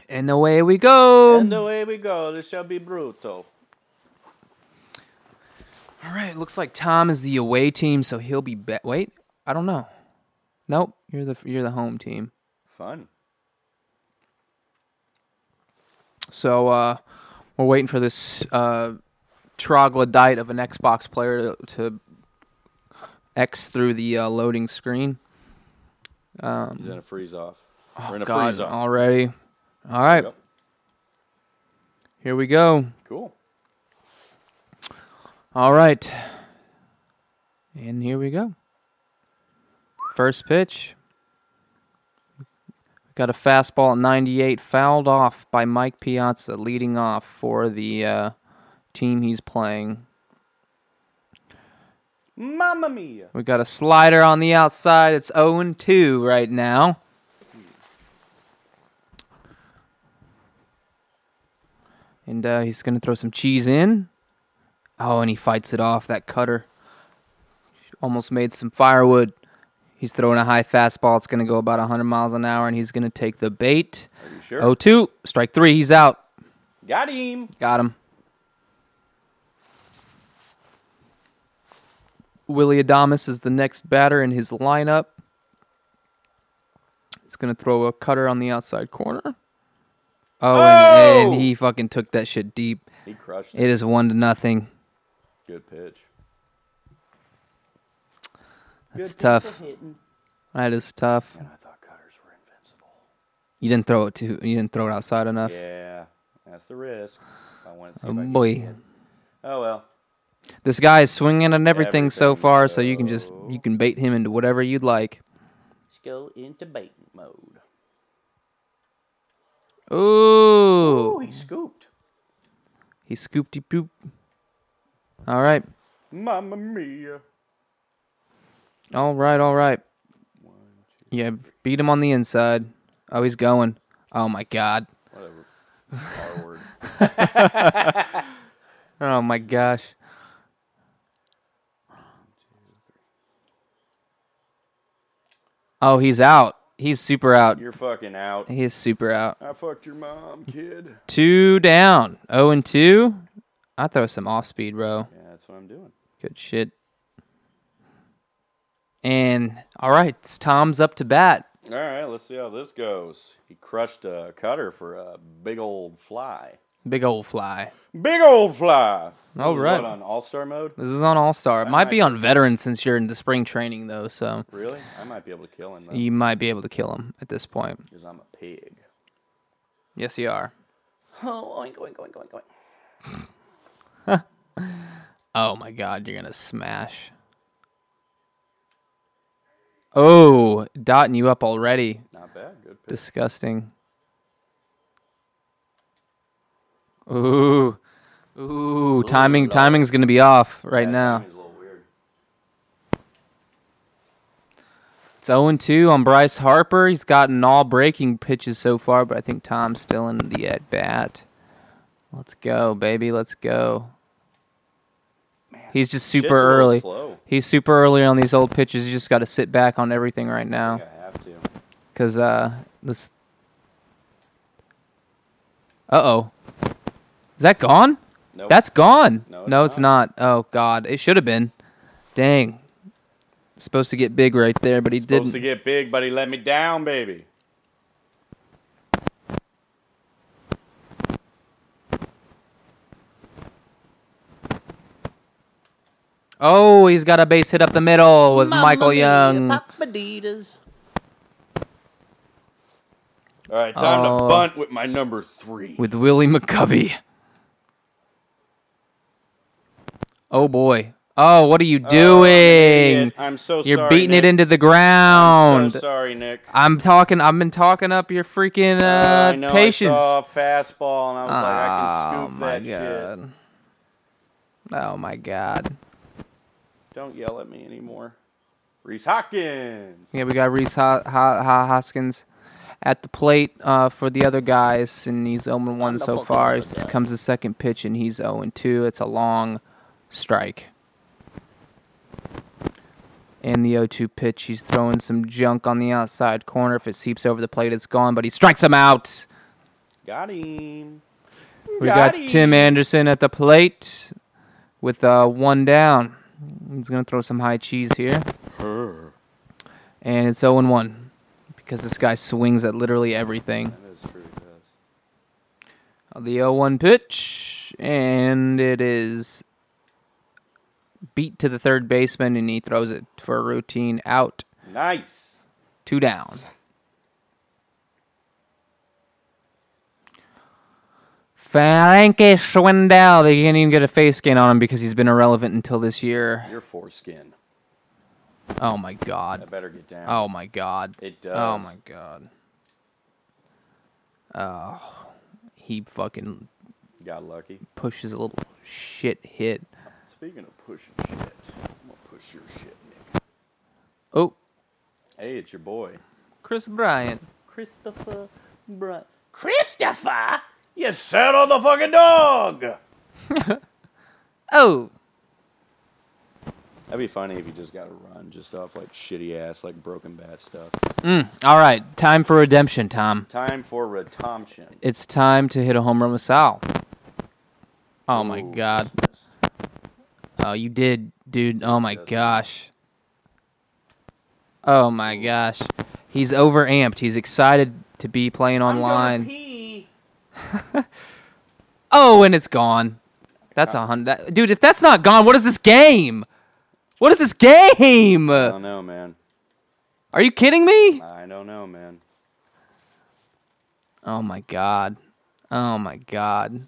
Speaker 1: And away we go.
Speaker 2: And away we go. This shall be brutal.
Speaker 1: All right. Looks like Tom is the away team, so he'll be bet. Wait, I don't know. Nope. You're the you're the home team.
Speaker 2: Fun.
Speaker 1: So uh, we're waiting for this uh, troglodyte of an Xbox player to, to X through the uh, loading screen.
Speaker 2: He's in a freeze off. We're
Speaker 1: Mm-hmm.
Speaker 2: in a
Speaker 1: Oh, God,
Speaker 2: freeze off.
Speaker 1: already. All right.
Speaker 2: Yep.
Speaker 1: Here we go.
Speaker 2: Cool.
Speaker 1: All right. And here we go. First pitch. Got a fastball at 98, fouled off by Mike Piazza, leading off for the uh, team he's playing.
Speaker 2: Mamma mia.
Speaker 1: We got a slider on the outside. It's 0 and 2 right now. And uh, he's going to throw some cheese in. Oh, and he fights it off. That cutter almost made some firewood. He's throwing a high fastball. It's going to go about 100 miles an hour, and he's going to take the bait.
Speaker 2: Are you sure?
Speaker 1: Oh two, strike three. He's out.
Speaker 2: Got him.
Speaker 1: Got him. Willie Adamas is the next batter in his lineup. He's going to throw a cutter on the outside corner. Oh, And,
Speaker 2: Oh!
Speaker 1: and he fucking took that shit deep.
Speaker 2: He crushed it.
Speaker 1: It is one to nothing.
Speaker 2: Good pitch.
Speaker 1: That's tough. That is tough.
Speaker 2: I thought cutters were invincible.
Speaker 1: You didn't throw it too. You didn't throw it outside enough.
Speaker 2: Yeah, that's the risk. I want to see
Speaker 1: Oh
Speaker 2: if I can-
Speaker 1: boy,
Speaker 2: Oh well.
Speaker 1: this guy is swinging at everything so
Speaker 2: Everything,
Speaker 1: far. So you can just
Speaker 2: so-
Speaker 1: you can bait him into whatever you'd like.
Speaker 2: Let's go into baiting mode.
Speaker 1: Ooh,
Speaker 2: Oh, he scooped.
Speaker 1: he scooped he poop. All right,
Speaker 2: Mamma mia.
Speaker 1: all right, all right. Yeah, beat him on the inside. Oh, he's going. Oh my god.
Speaker 2: Whatever. R word.
Speaker 1: Oh my gosh. Oh, he's out. He's super out.
Speaker 2: You're fucking out.
Speaker 1: He's super out.
Speaker 2: I fucked your mom, kid.
Speaker 1: Two down. Oh and two. I throw some off speed, bro.
Speaker 2: Yeah, that's what I'm doing.
Speaker 1: Good shit. And all right, it's Tom's up to bat.
Speaker 2: All right, let's see how this goes. He crushed a cutter for a big old fly.
Speaker 1: Big old fly.
Speaker 2: Big old fly. This
Speaker 1: All
Speaker 2: is
Speaker 1: right.
Speaker 2: What, on All Star mode?
Speaker 1: This is on All Star. It might be on veteran since you're in the spring training though, so
Speaker 2: Really? I might be able to kill him though,
Speaker 1: you might be able to kill him at this point.
Speaker 2: because I'm a pig.
Speaker 1: Yes, you are.
Speaker 2: Oh, oink, oink, oink, oink, oink.
Speaker 1: Oh my god, you're gonna smash. Oh, dotting you up already.
Speaker 2: Not bad. Good pitch.
Speaker 1: Disgusting. Ooh. Ooh, timing timing's gonna be off right now.
Speaker 2: He's a little weird.
Speaker 1: It's 0 2 on Bryce Harper. He's gotten all breaking pitches so far, but I think Tom's still in the at bat. Let's go, baby. Let's go. He's just
Speaker 2: Shit's
Speaker 1: super
Speaker 2: a little
Speaker 1: early.
Speaker 2: Slow.
Speaker 1: He's super early on these old pitches. You just got to sit back on everything right
Speaker 2: I
Speaker 1: now
Speaker 2: think I have to.
Speaker 1: because uh, this. Uh oh, is that gone?
Speaker 2: Nope.
Speaker 1: That's gone.
Speaker 2: No, it's
Speaker 1: not. Oh God, it should have been. Dang, supposed to get big right there, but he didn't.
Speaker 2: supposed to get big, but he let me down, baby.
Speaker 1: oh, he's got a base hit up the middle with Michael Young.
Speaker 2: All right, time
Speaker 1: Oh.
Speaker 2: to bunt with my number three.
Speaker 1: with Willie McCovey. Oh boy. Oh, what are you
Speaker 2: Oh, I'm an
Speaker 1: doing?
Speaker 2: idiot. I'm so
Speaker 1: You're
Speaker 2: sorry.
Speaker 1: beating it
Speaker 2: Nick.
Speaker 1: into the
Speaker 2: I'm
Speaker 1: ground.
Speaker 2: so sorry, Nick.
Speaker 1: I'm talking. I've been talking up your freaking
Speaker 2: Oh, I
Speaker 1: uh,
Speaker 2: know
Speaker 1: patience.
Speaker 2: I saw a fastball, and I was
Speaker 1: oh
Speaker 2: like, I can scoop
Speaker 1: my
Speaker 2: that shit.
Speaker 1: god. Oh my god.
Speaker 2: Don't yell at me anymore. Reese Hawkins.
Speaker 1: Yeah, we got Reese Ho- Ho- Ho- Hoskins at the plate uh, for the other guys, and he's 0 1 so far. He comes the second pitch, and he's 0 2. It's a long strike. And the 0 2 pitch, he's throwing some junk on the outside corner. If it seeps over the plate, it's gone, but he strikes him out.
Speaker 2: Got him.
Speaker 1: We got Tim Anderson at the plate with uh, one down. He's going to throw some high cheese here. And it's 0 1 because this guy swings at literally everything.
Speaker 2: That is true. he does.
Speaker 1: The 0 1 pitch, and it is beat to the third baseman, and he throws it for a routine out.
Speaker 2: Nice.
Speaker 1: Two down. Frankie Schwindel. They can't even get a face scan on him because he's been irrelevant until this year.
Speaker 2: Your foreskin.
Speaker 1: Oh my
Speaker 2: I
Speaker 1: god.
Speaker 2: better get down.
Speaker 1: Oh my god.
Speaker 2: It does.
Speaker 1: Oh my god. Oh, he fucking
Speaker 2: Got lucky.
Speaker 1: pushes a little shit hit.
Speaker 2: Speaking of pushing shit, I'm gonna push your shit, Nick.
Speaker 1: Oh,
Speaker 2: Hey, it's your boy.
Speaker 1: Chris Bryant.
Speaker 3: Christopher Bright.
Speaker 2: Christopher, you settle the fucking dog.
Speaker 1: Oh,
Speaker 2: That'd be funny if you just got to run just off like shitty ass like broken bat stuff.
Speaker 1: All right, time for redemption, Tom.
Speaker 2: Time for redemption.
Speaker 1: It's time to hit a home run with Sal. Oh my
Speaker 2: Ooh,
Speaker 1: god.
Speaker 2: Jesus.
Speaker 1: Oh, you did, dude. Oh my
Speaker 2: doesn't.
Speaker 1: gosh. Oh my gosh. He's overamped. He's excited to be playing online. Oh, and it's gone. That's a hundred. that- Dude, if that's not gone, what is this game? What is this game?
Speaker 2: I don't know, man.
Speaker 1: Are you kidding me?
Speaker 2: I don't know, man.
Speaker 1: Oh my god. Oh my god.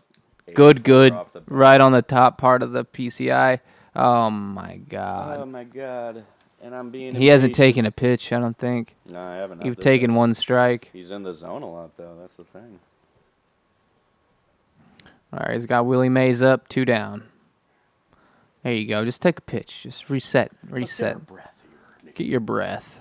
Speaker 2: Eight
Speaker 1: Good,
Speaker 2: four
Speaker 1: good.
Speaker 2: off the bat.
Speaker 1: Right on the top part of the PCI. Oh my
Speaker 2: Oh
Speaker 1: god.
Speaker 2: my god. And I'm being.
Speaker 1: He hasn't
Speaker 2: impatient.
Speaker 1: taken a pitch, I don't think.
Speaker 2: No, I haven't.
Speaker 1: You've
Speaker 2: Um, This-
Speaker 1: taken one strike.
Speaker 2: He's in the zone a lot though. That's the thing.
Speaker 1: All right, he's got Willie Mays up, two down. There you go. Just take a pitch. Just reset. Reset. Get your breath.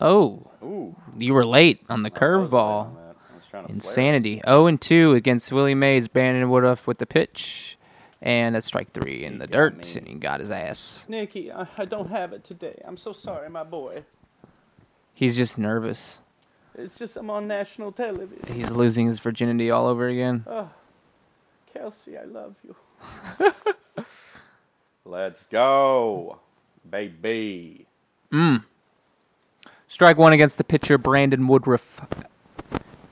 Speaker 1: Oh,
Speaker 2: Ooh.
Speaker 1: you were late on the
Speaker 2: I was late
Speaker 1: curveball.
Speaker 2: on that. I was trying to flare it.
Speaker 1: Insanity. 0 and 2 against Willie Mays. Brandon Woodruff with the pitch. And that's strike three in the
Speaker 2: got
Speaker 1: dirt.
Speaker 2: me.
Speaker 1: And he got his ass.
Speaker 2: Nikki, I, I don't have it today. I'm so sorry, my boy.
Speaker 1: He's just nervous.
Speaker 2: It's just I'm on national television.
Speaker 1: He's losing his virginity all over again.
Speaker 2: Kelsey, I love you. Let's go, baby.
Speaker 1: Strike one against the pitcher, Brandon Woodruff.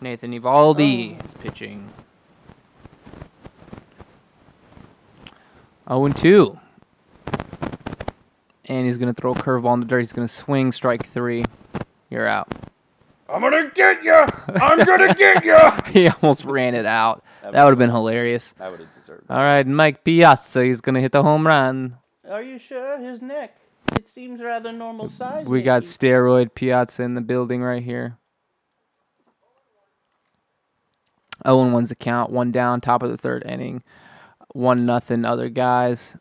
Speaker 1: Nathan Ivaldi is pitching. 0 and 2. And he's going to throw a curveball in the dirt. He's going to swing, strike three. You're out.
Speaker 2: I'm gonna get ya. I'm gonna get ya.
Speaker 1: He almost ran it out.
Speaker 2: That
Speaker 1: That would have been hilarious.
Speaker 2: I would have deserved.
Speaker 1: All right, Mike Piazza. He's going to hit the home run.
Speaker 2: Are you sure? His neck. It seems rather normal size.
Speaker 1: We got steroid Piazza in the building right here. 0 Oh, and 1's the count. One down, top of the third inning. One nothing, other guys.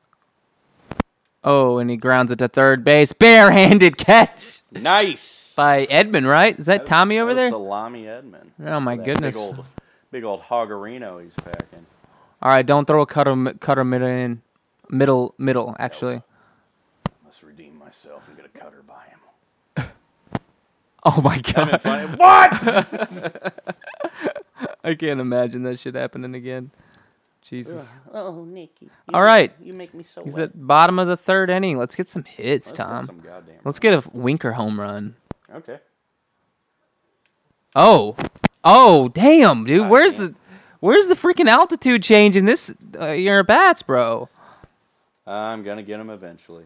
Speaker 1: Oh, and he grounds it to third base. Barehanded catch
Speaker 2: nice.
Speaker 1: by Edmund, right? Is that Tommy over there? All
Speaker 2: Salami Edmond.
Speaker 1: Oh, my
Speaker 2: That
Speaker 1: goodness.
Speaker 2: Big old, big old hoggerino he's packing.
Speaker 1: right, don't throw a cutter, cutter middle in. Middle, middle, actually.
Speaker 2: Must redeem myself and get a cutter by him.
Speaker 1: Oh my god.
Speaker 2: What?
Speaker 1: I can't imagine that shit happening again. Jesus.
Speaker 3: Oh, Nikki. you
Speaker 1: All
Speaker 3: make-
Speaker 1: right.
Speaker 3: You make me so
Speaker 1: He's
Speaker 3: wet.
Speaker 1: at bottom of the third inning. Let's get some hits,
Speaker 2: Let's get
Speaker 1: Tom.
Speaker 2: some goddamn-
Speaker 1: Let's get a winker home run.
Speaker 2: Okay.
Speaker 1: Oh, oh, damn, dude. Where's
Speaker 2: damn.
Speaker 1: the, where's the freaking altitude change in this? Uh, your bats, bro.
Speaker 2: I'm gonna get him eventually.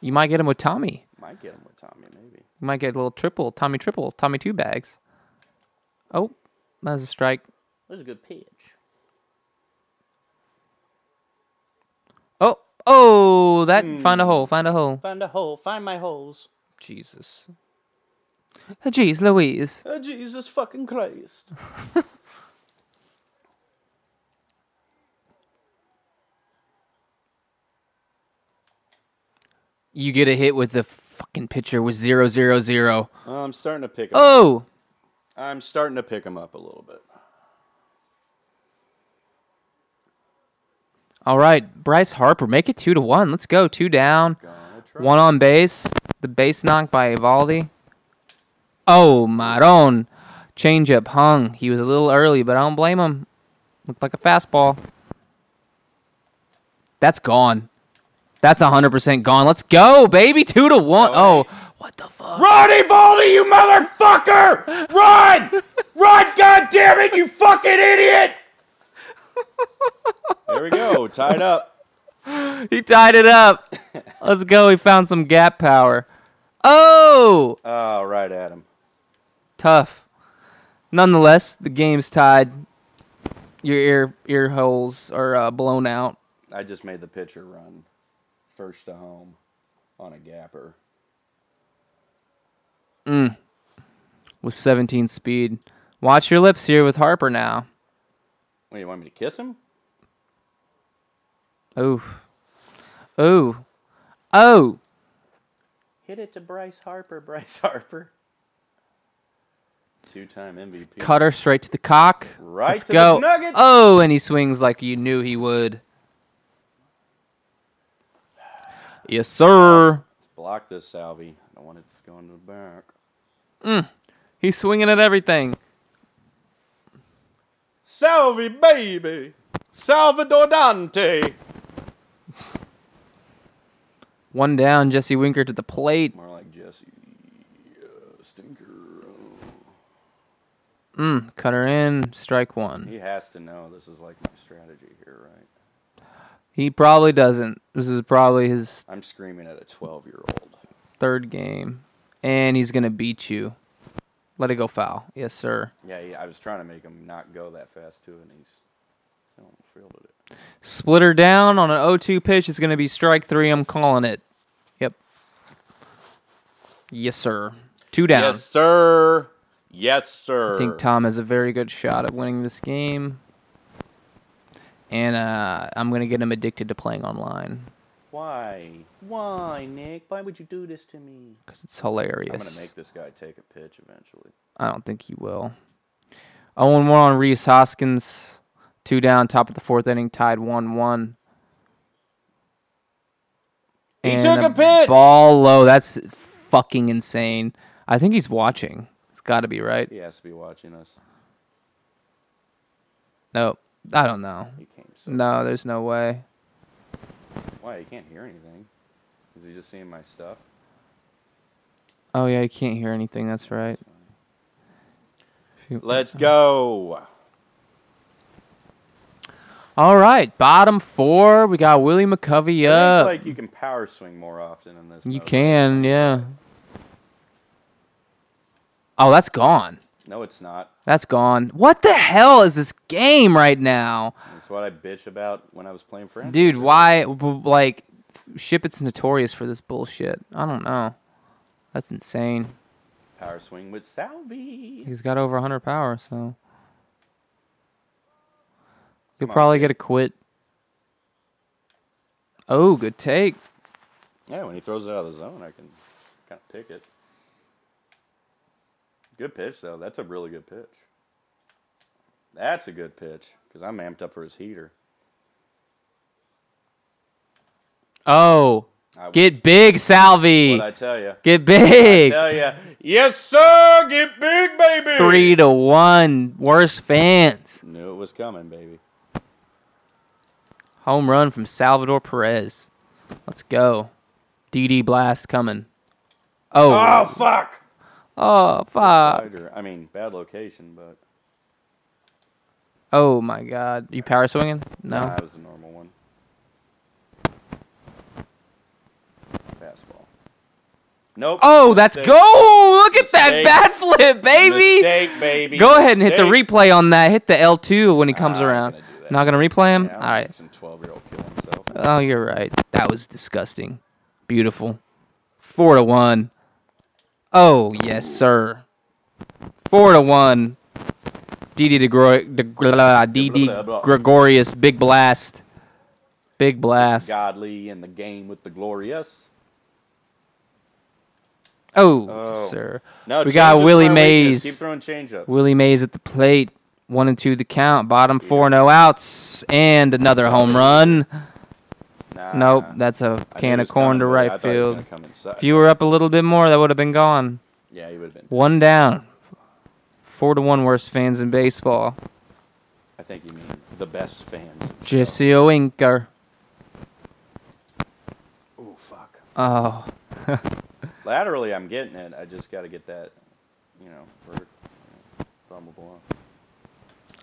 Speaker 1: You might get him with Tommy.
Speaker 2: Might get him with Tommy, maybe.
Speaker 1: You might get a little triple, Tommy triple, Tommy two bags. Oh, that was a strike.
Speaker 3: That was a good pitch.
Speaker 1: Oh, oh, that
Speaker 2: Hmm.
Speaker 1: find a hole, find a hole.
Speaker 3: Find a hole. Find my holes.
Speaker 1: Jesus. Oh, Jeez, Louise.
Speaker 2: Oh, Jesus fucking Christ.
Speaker 1: You get a hit with the fucking pitcher with zero zero zero.
Speaker 2: I'm starting to pick him up.
Speaker 1: Oh,
Speaker 2: I'm starting to pick him up a little bit.
Speaker 1: All right, Bryce Harper, make it two to one. Let's go. Two down,
Speaker 2: Gonna try.
Speaker 1: one on base. The base knock by Ivaldi. Oh, Maron. Change up hung. He was a little early, but I don't blame him. Looked like a fastball. That's gone. That's 100% gone. Let's go, baby. Two to one. Oh, what the fuck?
Speaker 2: Ronnie Baldy, you motherfucker! Run! Run, goddammit, you fucking idiot! There we go, tied up.
Speaker 1: He tied it up. Let's go. He found some gap power. Oh,
Speaker 2: Oh, right at him.
Speaker 1: tough. Nonetheless, the game's tied. Your ear ear holes are uh, blown out.
Speaker 2: I just made the pitcher run first to home on a gapper.
Speaker 1: With 17 speed, watch your lips here with Harper now.
Speaker 2: What, you want me to kiss him?
Speaker 1: Oh, oh, oh!
Speaker 2: Hit it to Bryce Harper, Bryce Harper. Two time MVP.
Speaker 1: Cutter straight to the cock.
Speaker 2: Right
Speaker 1: Let's
Speaker 2: to the
Speaker 1: go.
Speaker 2: nugget.
Speaker 1: oh, and he swings like you knew he would. Yes, sir.
Speaker 2: Block this, Salvi. I don't want it to go into the back.
Speaker 1: He's swinging at everything.
Speaker 2: Salvi, baby! Salvador Dante!
Speaker 1: One down, Jesse Winker to the plate.
Speaker 2: More like Jesse. uh, Stinker.
Speaker 1: Mm, cut her in, strike one.
Speaker 2: He has to know this is like my strategy here, right?
Speaker 1: He probably doesn't. This is probably his
Speaker 2: I'm screaming at a 12 year old.
Speaker 1: third game, and he's gonna beat you. Let it go foul. Yes, sir.
Speaker 2: Yeah, he, I was trying to make him not go that fast, too, and he's. I don't feel it.
Speaker 1: Splitter down on an 0-2 pitch. It's gonna be strike three. I'm calling it. Yep. Yes, sir. Two down.
Speaker 2: sir. Yes, sir.
Speaker 1: I think Tom has a very good shot at winning this game. And uh, I'm going to get him addicted to playing online
Speaker 2: Why? Why, Nick? Why would you do this to me?
Speaker 1: because it's hilarious.
Speaker 2: I'm gonna make this guy take a pitch eventually.
Speaker 1: I don't think he will. 0 1 on Reese Hoskins. Two down, top of the fourth inning, tied 1 1.
Speaker 2: He took a pitch!
Speaker 1: Ball low. That's fucking insane. I think he's watching. It's got to be, right?
Speaker 2: He has to be watching us.
Speaker 1: No, I don't know.
Speaker 2: He came so.
Speaker 1: No, there's no way.
Speaker 2: Why? He can't hear anything. Is he just seeing my stuff?
Speaker 1: Oh yeah, you can't hear anything. That's right.
Speaker 2: Let's go.
Speaker 1: All right, bottom four. We got Willie McCovey up.
Speaker 2: like you can power swing more often in this.
Speaker 1: you
Speaker 2: mode.
Speaker 1: can, yeah. Oh, that's gone.
Speaker 2: No, it's not.
Speaker 1: That's gone. What the hell is this game right now,
Speaker 2: That's what I bitch about when I was playing French.
Speaker 1: dude? Why, b- like, Shipit's notorious for this bullshit. I don't know. That's insane.
Speaker 2: Power swing with Salvi.
Speaker 1: He's got over 100 power, so you'll
Speaker 2: Come on,
Speaker 1: probably get a quit. Oh, good take.
Speaker 2: Yeah, when he throws it out of the zone, I can kind of pick it. Good pitch though. That's a really good pitch. That's a good pitch because I'm amped up for his heater.
Speaker 1: Oh,
Speaker 2: I
Speaker 1: get big, Salvi.
Speaker 2: What I tell you.
Speaker 1: Get big.
Speaker 2: Tell you. Yes, sir. Get big, baby.
Speaker 1: Three to one. Worst fans.
Speaker 2: Knew it was coming, baby.
Speaker 1: Home run from Salvador Perez. Let's go. DD blast coming. Oh,
Speaker 2: Oh fuck.
Speaker 1: oh, fuck.
Speaker 2: Cider. I mean, bad location, but
Speaker 1: Oh my God. You power swinging? No.
Speaker 2: nah, it was a normal one. Fastball. Nope.
Speaker 1: Oh, that's
Speaker 2: Mistake.
Speaker 1: go. Look at that
Speaker 2: Mistake.
Speaker 1: bat flip, baby.
Speaker 2: Mistake, baby.
Speaker 1: Go ahead and hit the
Speaker 2: Mistake.
Speaker 1: replay on that. Hit the L2 when he comes
Speaker 2: Nah, I'm
Speaker 1: around.
Speaker 2: gonna do that.
Speaker 1: Not going to replay him?
Speaker 2: Yeah,
Speaker 1: Mm, All
Speaker 2: I'll
Speaker 1: right.
Speaker 2: make Some twelve-year-old kill himself.
Speaker 1: Oh, you're right. That was disgusting. Beautiful. Four to one. Oh yes, sir. Four to one. DD de Gro- de Gla- DD Gregorius, big blast, big blast.
Speaker 2: Godly in the game with the glorious.
Speaker 1: Oh,
Speaker 2: Oh.
Speaker 1: Yes, sir.
Speaker 2: No,
Speaker 1: we got
Speaker 2: change is
Speaker 1: Willie
Speaker 2: my weakness.
Speaker 1: Mays.
Speaker 2: Keep throwing changeups.
Speaker 1: Willie Mays at the plate. One and two the count. Bottom four, no outs, and another home run.
Speaker 2: Nah,
Speaker 1: Nope,
Speaker 2: Ah. I
Speaker 1: that's a
Speaker 2: knew
Speaker 1: can
Speaker 2: he
Speaker 1: of
Speaker 2: was
Speaker 1: corn
Speaker 2: coming,
Speaker 1: to
Speaker 2: but I
Speaker 1: right
Speaker 2: thought he was
Speaker 1: field.
Speaker 2: gonna come inside.
Speaker 1: If you were up a little bit more, that would have been gone.
Speaker 2: yeah, he would have been.
Speaker 1: One down. Four to one worst fans in baseball.
Speaker 2: I think you mean the best fans.
Speaker 1: Jesse Oinker.
Speaker 2: Oh fuck.
Speaker 1: Oh.
Speaker 2: Laterally, I'm getting it. I just got to get that, you know, vert, thumb blow.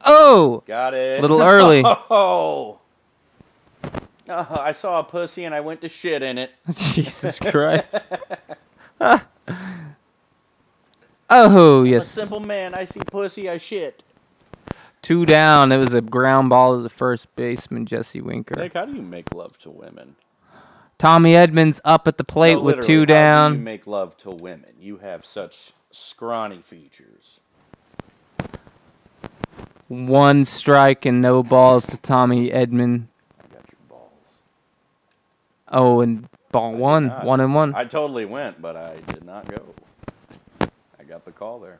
Speaker 1: Oh!
Speaker 2: Got it.
Speaker 1: Little early.
Speaker 2: Oh. Oh, I saw a pussy and I went to shit in it.
Speaker 1: Jesus Christ. oh,
Speaker 2: I'm a
Speaker 1: yes.
Speaker 2: simple man. I see pussy, I shit.
Speaker 1: Two down. It was a ground ball to the first baseman, Jesse Winker.
Speaker 2: Nick, how do you make love to women?
Speaker 1: Tommy Edmonds up at the plate
Speaker 2: No,
Speaker 1: with
Speaker 2: literally,
Speaker 1: two
Speaker 2: How do you
Speaker 1: down.
Speaker 2: make love to women? You have such scrawny features.
Speaker 1: One strike and no balls to Tommy Edmond.
Speaker 2: I got your balls.
Speaker 1: Oh, and ball one.
Speaker 2: Oh God.
Speaker 1: One and one.
Speaker 2: I totally went, but I did not go. I got the call there.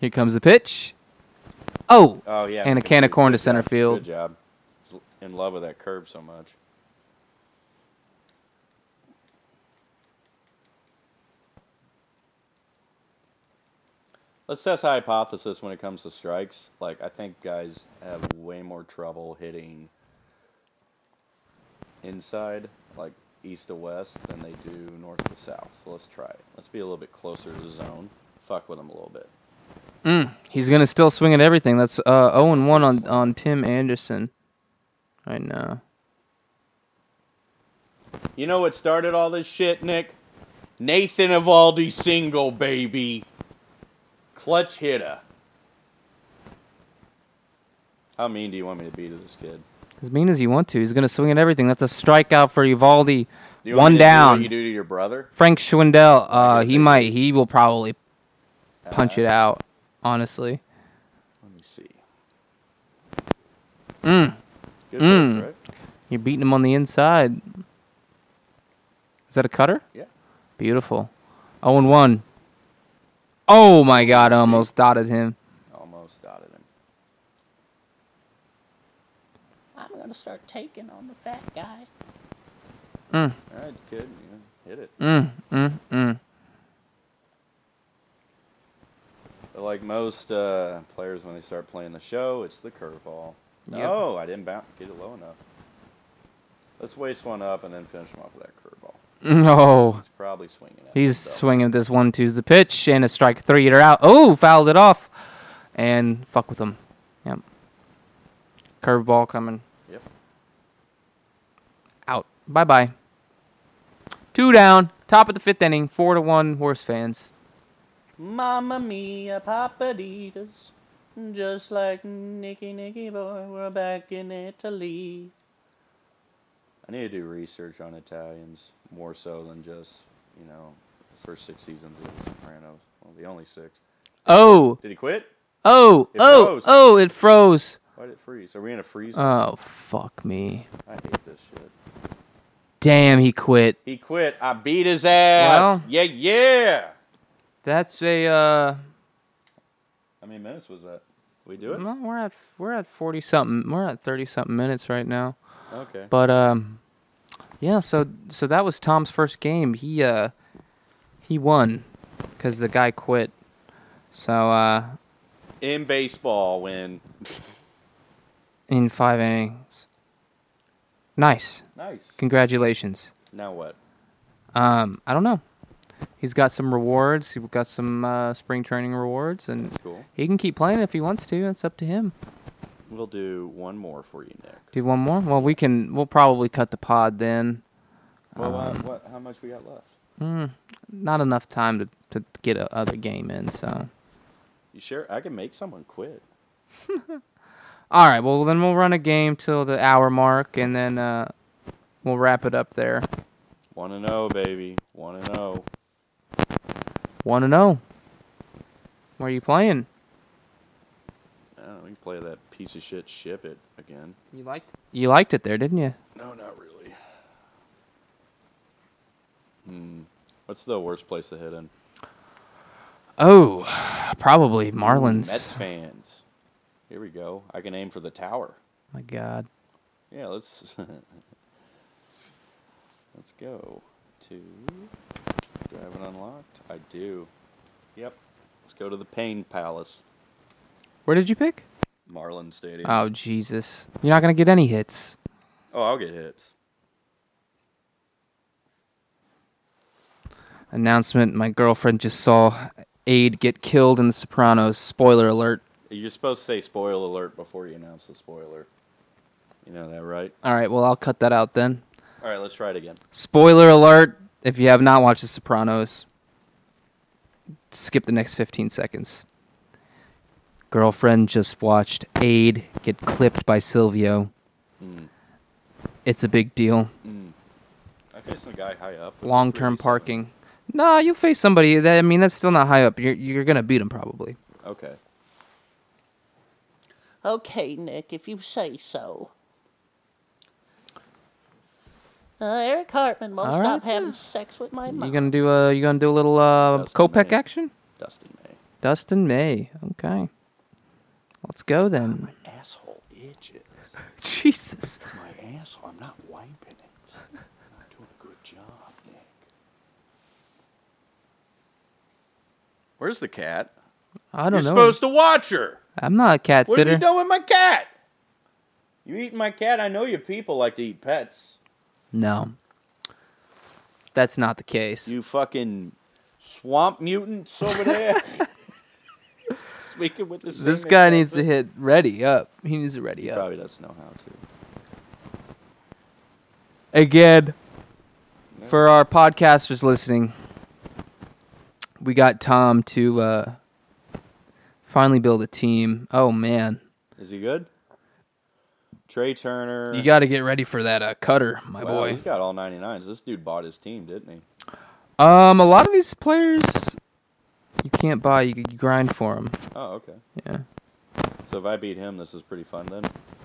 Speaker 1: Here comes the pitch. Oh!
Speaker 2: Oh yeah.
Speaker 1: And a can of
Speaker 2: confused.
Speaker 1: corn to
Speaker 2: Good
Speaker 1: center
Speaker 2: job.
Speaker 1: field.
Speaker 2: Good job. He's In love with that curve so much. Let's test hypothesis when it comes to strikes. Like I think guys have way more trouble hitting inside, like east to west, than they do north to south. So let's try it. Let's be a little bit closer to the zone. Fuck with them a little bit.
Speaker 1: He's gonna still swing at everything. That's uh, 0 and 1 on on Tim Anderson right now.
Speaker 2: You know what started all this shit, Nick? Nathan Ivaldi single, baby. Clutch hitter. How mean do you want me to be to this kid?
Speaker 1: As mean as you want to, he's gonna swing at everything. That's a strikeout for Ivaldi.
Speaker 2: Do you want
Speaker 1: One
Speaker 2: me to do
Speaker 1: down.
Speaker 2: what you do to your brother?
Speaker 1: Frank Schwindel. Uh,
Speaker 2: get
Speaker 1: he
Speaker 2: it.
Speaker 1: might. He will probably punch
Speaker 2: Uh,
Speaker 1: it out. Honestly,
Speaker 2: Let me see. Mm. Good
Speaker 1: Mm.
Speaker 2: pitch, right?
Speaker 1: you're beating him on the inside. Is that a cutter?
Speaker 2: Yeah.
Speaker 1: Beautiful. 0 and 1. Oh my God! I almost dotted him.
Speaker 2: Almost dotted him.
Speaker 3: I'm gonna start taking on the fat guy.
Speaker 2: All right, kid. You know, hit it.
Speaker 1: Mm, mm, mm.
Speaker 2: But like most uh, players, when they start playing the show, it's the curveball.
Speaker 1: Yep.
Speaker 2: No, I didn't bounce, get it low enough. Let's waste one up and then finish him off with that curveball.
Speaker 1: No.
Speaker 2: He's probably swinging at
Speaker 1: He's
Speaker 2: himself.
Speaker 1: swinging at this one, two's the pitch, and a strike three hitter out. Oh, fouled it off, and fuck with him. Yep. Curveball coming
Speaker 2: Yep.
Speaker 1: out. Bye bye. Two down. Top of the fifth inning. Four to one. Horse fans.
Speaker 2: Mamma mia, papaditas. Just like Nicky Nicky Boy, we're back in Italy. I need to do research on Italians more so than just, you know, the first six seasons of The Sopranos. Well, the only six.
Speaker 1: Oh,
Speaker 2: Did he quit?
Speaker 1: oh,
Speaker 2: It
Speaker 1: oh,
Speaker 2: froze.
Speaker 1: oh! It froze.
Speaker 2: Why did it freeze? Are we in a freeze?
Speaker 1: Oh, fuck me.
Speaker 2: I hate this shit.
Speaker 1: Damn, he quit.
Speaker 2: He quit. I beat his ass.
Speaker 1: Well-
Speaker 2: yeah, yeah.
Speaker 1: That's a. uh
Speaker 2: How many minutes was that? We do it?
Speaker 1: no, We're at we're at forty something. We're at thirty something minutes right now.
Speaker 2: Okay.
Speaker 1: But um, yeah. So so that was Tom's first game. He uh, he won because the guy quit. So uh,
Speaker 2: In baseball, when.
Speaker 1: in five innings. Nice.
Speaker 2: Nice.
Speaker 1: Congratulations.
Speaker 2: Now what?
Speaker 1: Um, I don't know. He's got some rewards. He's got some uh, spring training rewards, and
Speaker 2: That's cool.
Speaker 1: he can keep playing if he wants to. It's up to him.
Speaker 2: We'll do one more for you, Nick.
Speaker 1: Do one more. Well, we can. We'll probably cut the pod then.
Speaker 2: Well, uh, what, how much we got left?
Speaker 1: Not enough time to to get a other game in. So.
Speaker 2: You sure? I can make someone quit.
Speaker 1: All right. Well, then we'll run a game till the hour mark, and then uh, we'll wrap it up there.
Speaker 2: One and zero, baby. One and oh. zero.
Speaker 1: One to know. Where are you playing?
Speaker 2: I don't know. We can play that piece of shit. Ship it again.
Speaker 1: You liked. You liked it there, didn't you?
Speaker 2: No, not really. Hmm. What's the worst place to hit in?
Speaker 1: Oh, probably
Speaker 2: Mets
Speaker 1: Marlins.
Speaker 2: fans. Here we go. I can aim for the tower.
Speaker 1: My God.
Speaker 2: Yeah, let's let's go to. Do I have it unlocked? I do. Yep. Let's go to the Pain Palace,
Speaker 1: Where did you pick?
Speaker 2: Marlin Stadium.
Speaker 1: Oh Jesus! You're not gonna get any hits.
Speaker 2: Oh, I'll get hits.
Speaker 1: Announcement: My girlfriend just saw Aid get killed in The Sopranos. Spoiler alert.
Speaker 2: You're supposed to say spoiler alert before you announce the spoiler. You know that, right?
Speaker 1: All right. Well, I'll cut that out then.
Speaker 2: All right, let's try it again.
Speaker 1: Spoiler alert if you have not watched The Sopranos, skip the next 15 seconds. Girlfriend just watched Aid get clipped by Silvio.
Speaker 2: Hmm.
Speaker 1: It's a big deal.
Speaker 2: I faced some guy high up. with some
Speaker 1: Long term
Speaker 2: 3D
Speaker 1: parking. Nah, you'll face somebody. That, I mean, that's still not high up. You're, you're going to beat him probably.
Speaker 2: something. Okay.
Speaker 3: Okay, Nick, if you say so. Uh, Eric Hartman won't
Speaker 1: All
Speaker 3: stop
Speaker 1: right,
Speaker 3: having sex with my
Speaker 1: You
Speaker 3: mom.
Speaker 1: gonna do a you gonna do a little uh,
Speaker 2: Dustin
Speaker 1: Kopech
Speaker 2: May.
Speaker 1: action?
Speaker 2: Dustin May.
Speaker 1: Dustin May. Okay, let's go then.
Speaker 2: Asshole itches.
Speaker 1: Jesus.
Speaker 2: My asshole. I'm not wiping it. I'm not doing a good job, Nick. Where's the cat?
Speaker 1: I don't
Speaker 2: You're
Speaker 1: know.
Speaker 2: supposed to watch her.
Speaker 1: I'm not a cat
Speaker 2: What have
Speaker 1: sitter.
Speaker 2: you done with my cat? You eating my cat? I know you people like to eat pets.
Speaker 1: No. That's not the case.
Speaker 2: You fucking swamp mutants over there. Speaking with the
Speaker 1: this
Speaker 2: same
Speaker 1: guy needs to
Speaker 2: accent.
Speaker 1: hit ready up. He needs to ready up.
Speaker 2: Probably doesn't know how to.
Speaker 1: Again. For our podcasters listening, we got Tom to uh, finally build a team. Oh, man.
Speaker 2: Is he good? Trey Turner.
Speaker 1: You got to get ready for that uh, cutter, my
Speaker 2: Wow,
Speaker 1: boy.
Speaker 2: He's got all 99s. This dude bought his team, didn't he?
Speaker 1: Um, a lot of these players you can't buy. You, you grind for them.
Speaker 2: Oh, okay.
Speaker 1: Yeah.
Speaker 2: So if I beat him, this is pretty fun then.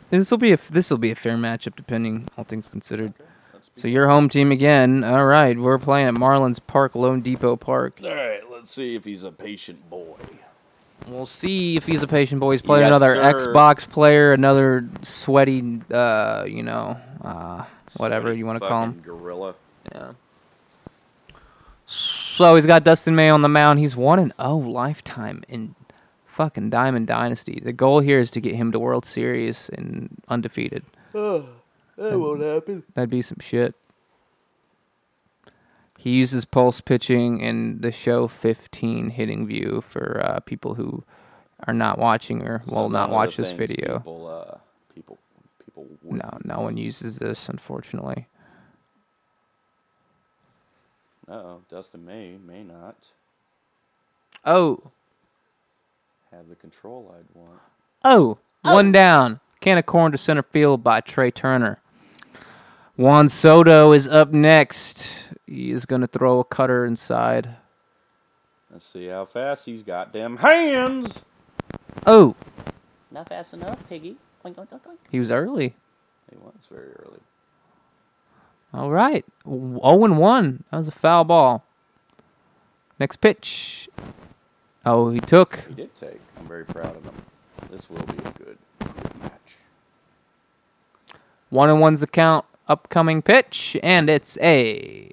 Speaker 1: This will be a this will be a fair matchup, depending all things considered.
Speaker 2: Let's
Speaker 1: So your home team again. All right, we're playing at Marlins Park, Lone Depot Park.
Speaker 2: All right, let's see if he's a patient boy.
Speaker 1: We'll see if he's a patient boy. He's playing
Speaker 2: Yes,
Speaker 1: another
Speaker 2: sir.
Speaker 1: Xbox player, another sweaty, uh, you know, uh, whatever you want to call him.
Speaker 2: Fucking Gorilla.
Speaker 1: So he's got Dustin May on the mound. He's one and oh lifetime in fucking Diamond Dynasty. The goal here is to get him to World Series and undefeated.
Speaker 2: That won't happen.
Speaker 1: That'd be some shit. He uses pulse pitching in the show 15 hitting view for uh, people who are not watching or will not watch this video.
Speaker 2: People, uh, people, people.
Speaker 1: No, no one uses this, unfortunately.
Speaker 2: Uh-oh, Dustin may may not
Speaker 1: Oh,
Speaker 2: have the control I'd want.
Speaker 1: oh, one down. Can of corn to center field by Trey Turner. Juan Soto is up next. He is going to throw a cutter inside.
Speaker 2: Let's see how fast he's got them hands.
Speaker 1: Oh,
Speaker 3: Not fast enough, piggy. Oink, oink, oink, oink.
Speaker 1: he was early.
Speaker 2: He was very early.
Speaker 1: All right. 0 and 1. That was a foul ball. Next pitch. Oh, he took.
Speaker 2: He did take. I'm very proud of him. This will be a good, good match.
Speaker 1: 1 and 1's the count. Upcoming pitch. And it's a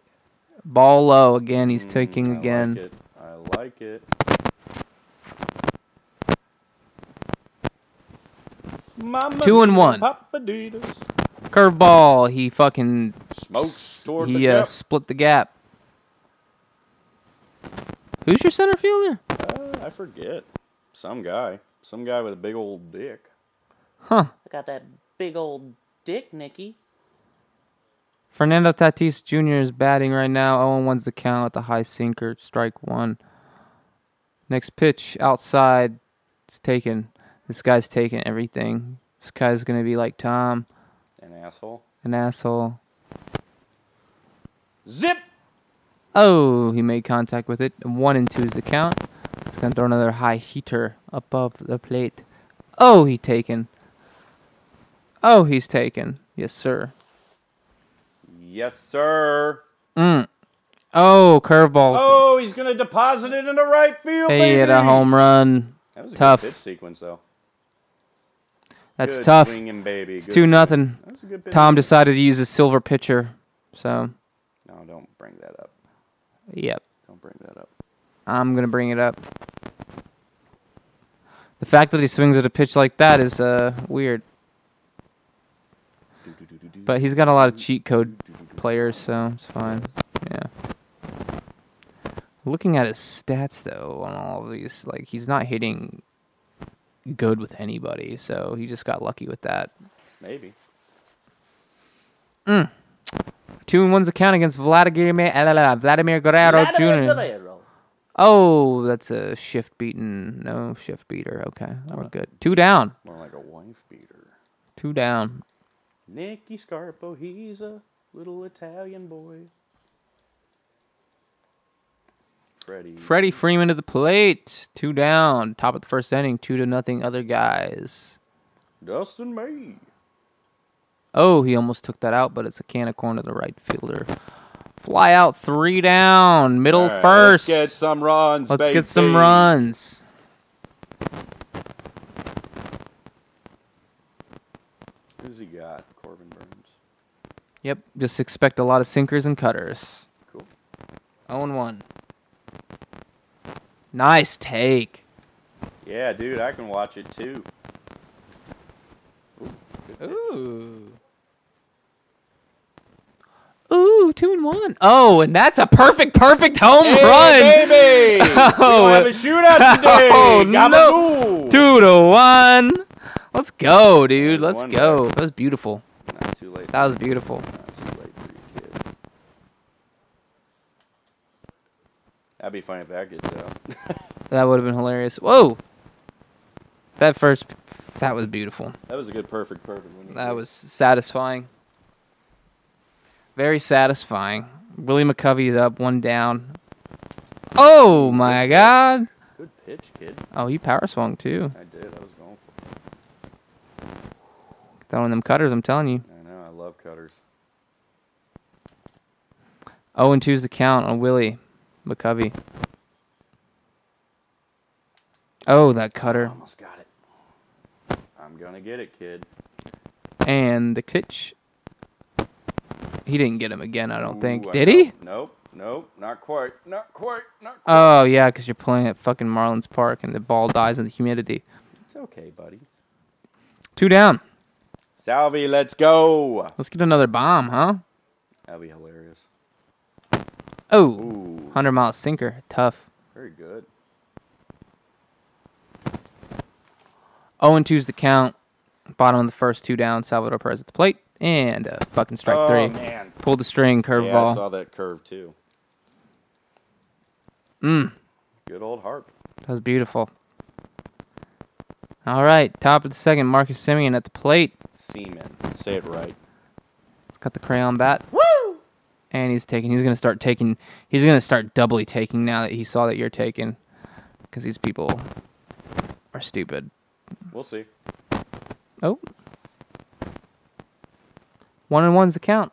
Speaker 1: ball low. Again, he's taking
Speaker 2: Hmm, I
Speaker 1: again.
Speaker 2: Like it. I like it. Mama
Speaker 1: Two and
Speaker 2: Dita,
Speaker 1: one.
Speaker 2: Papa Ditas.
Speaker 1: Curveball. He fucking.
Speaker 2: Smokes toward the
Speaker 1: he uh,
Speaker 2: gap.
Speaker 1: split the gap. Who's your center fielder?
Speaker 2: Uh, I forget. Some guy. Some guy with a big old dick.
Speaker 1: Huh.
Speaker 3: I got that big old dick, Nicky.
Speaker 1: Fernando Tatis Jr. is batting right now. 0 1's the count at the high sinker. Strike one. Next pitch outside. It's taken. This guy's taking everything. This guy's going to be like Tom,
Speaker 2: An asshole.
Speaker 1: an asshole.
Speaker 2: Zip!
Speaker 1: Oh, he made contact with it. One and two is the count. He's going to throw another high heater above the plate. Oh, he taken. Oh, he's taken. Yes, sir.
Speaker 2: Yes, sir.
Speaker 1: Oh, curveball.
Speaker 2: Oh, he's going to deposit it in the right field.
Speaker 1: He hit a
Speaker 2: baby.
Speaker 1: home run.
Speaker 2: That was a
Speaker 1: Tough.
Speaker 2: good pitch sequence, though.
Speaker 1: That's
Speaker 2: Good
Speaker 1: tough.
Speaker 2: swinging, baby.
Speaker 1: It's two nothing.
Speaker 2: That was a good pitch.
Speaker 1: Tom decided to use a silver pitcher. So,
Speaker 2: No, don't bring that up.
Speaker 1: yep,
Speaker 2: Don't bring that up.
Speaker 1: I'm gonna bring it up. The fact that he swings at a pitch like that is uh weird, but he's got a lot of cheat code players, so it's fine. Yeah. Looking at his stats though on all of these, like he's not hitting good with anybody, so he just got lucky with that.
Speaker 2: Maybe.
Speaker 1: Two and one's the count against Vladimir Vladimir Guerrero
Speaker 3: Vladimir
Speaker 1: Jr.
Speaker 3: Guerrero.
Speaker 1: Oh, that's a shift beaten. No shift beater. Okay, we're
Speaker 2: Uh-huh.
Speaker 1: good. Two down.
Speaker 2: More like a wife beater.
Speaker 1: Two down.
Speaker 2: Nicky Scarpo, he's a little Italian boy. Freddie.
Speaker 1: Freddie Freeman to the plate. Two down. Top of the first inning. Two to nothing. Other guys.
Speaker 2: Dustin May.
Speaker 1: Oh, he almost took that out, but it's a can of corn to the right fielder. Fly out. Three down. Middle
Speaker 2: All right,
Speaker 1: 1st
Speaker 2: Let's get some runs.
Speaker 1: Let's get some
Speaker 2: baby.
Speaker 1: runs.
Speaker 2: Who's he got? Corbin Burns.
Speaker 1: Yep. Just expect a lot of sinkers and cutters.
Speaker 2: Cool.
Speaker 1: 0 and 1. Nice take.
Speaker 2: Yeah, dude, I can watch it too.
Speaker 1: Ooh. Ooh, two and one. Oh, and that's a perfect, perfect home
Speaker 2: Hey,
Speaker 1: run.
Speaker 2: baby! we
Speaker 1: Oh.
Speaker 2: gonna have a shootout today.
Speaker 1: Oh, no.
Speaker 2: Gabagool!
Speaker 1: Two to one. Let's go, dude.
Speaker 2: There's
Speaker 1: Let's
Speaker 2: one
Speaker 1: go.
Speaker 2: there.
Speaker 1: That was beautiful.
Speaker 2: Not too late.
Speaker 1: That was beautiful.
Speaker 2: Not too late for your kid. That'd be funny if that gets out.
Speaker 1: That would have been hilarious. Whoa. That first, that was beautiful.
Speaker 2: That was a good, perfect, perfect. Wouldn't it?
Speaker 1: That was satisfying. Very satisfying. Willie McCovey is up, one down. Oh my God!
Speaker 2: good pitch, kid.
Speaker 1: Oh, he power swung too.
Speaker 2: I did. I was going for.
Speaker 1: Throwing them cutters, I'm telling you.
Speaker 2: It. I know. I love cutters.
Speaker 1: Oh, and two's the count on Willie McCovey. Oh, that cutter
Speaker 2: Almost got it. I'm gonna get it, kid.
Speaker 1: and the pitch. He didn't get him again, I don't think.
Speaker 2: Ooh, I
Speaker 1: Did
Speaker 2: know.
Speaker 1: he?
Speaker 2: Nope. Nope. Not quite. Not quite. Not. Quite.
Speaker 1: Oh yeah, because you're playing at fucking Marlins Park and the ball dies in the humidity.
Speaker 2: it's okay, buddy.
Speaker 1: Two down.
Speaker 2: Salvi, let's go.
Speaker 1: Let's get another bomb, huh?
Speaker 2: That'd be hilarious.
Speaker 1: Oh,
Speaker 2: Ooh,
Speaker 1: 100 mile sinker. Tough.
Speaker 2: very good.
Speaker 1: 0 and 2's the count. Bottom of the first two down. Salvador Perez at the plate. And a fucking strike
Speaker 2: oh,
Speaker 1: three.
Speaker 2: man.
Speaker 1: Pulled the string,
Speaker 2: yeah, I
Speaker 1: curveball.
Speaker 2: saw that curve too. Mm. Good old harp.
Speaker 1: that was beautiful. All right, top of the second. Marcus Simeon at the plate.
Speaker 2: Seaman. Say it right.
Speaker 1: He's got the crayon bat. Woo! And he's taking. He's gonna start taking. He's gonna start doubly taking now that he saw that you're taking, because these people are stupid.
Speaker 2: We'll see.
Speaker 1: Oh. One and one's the count.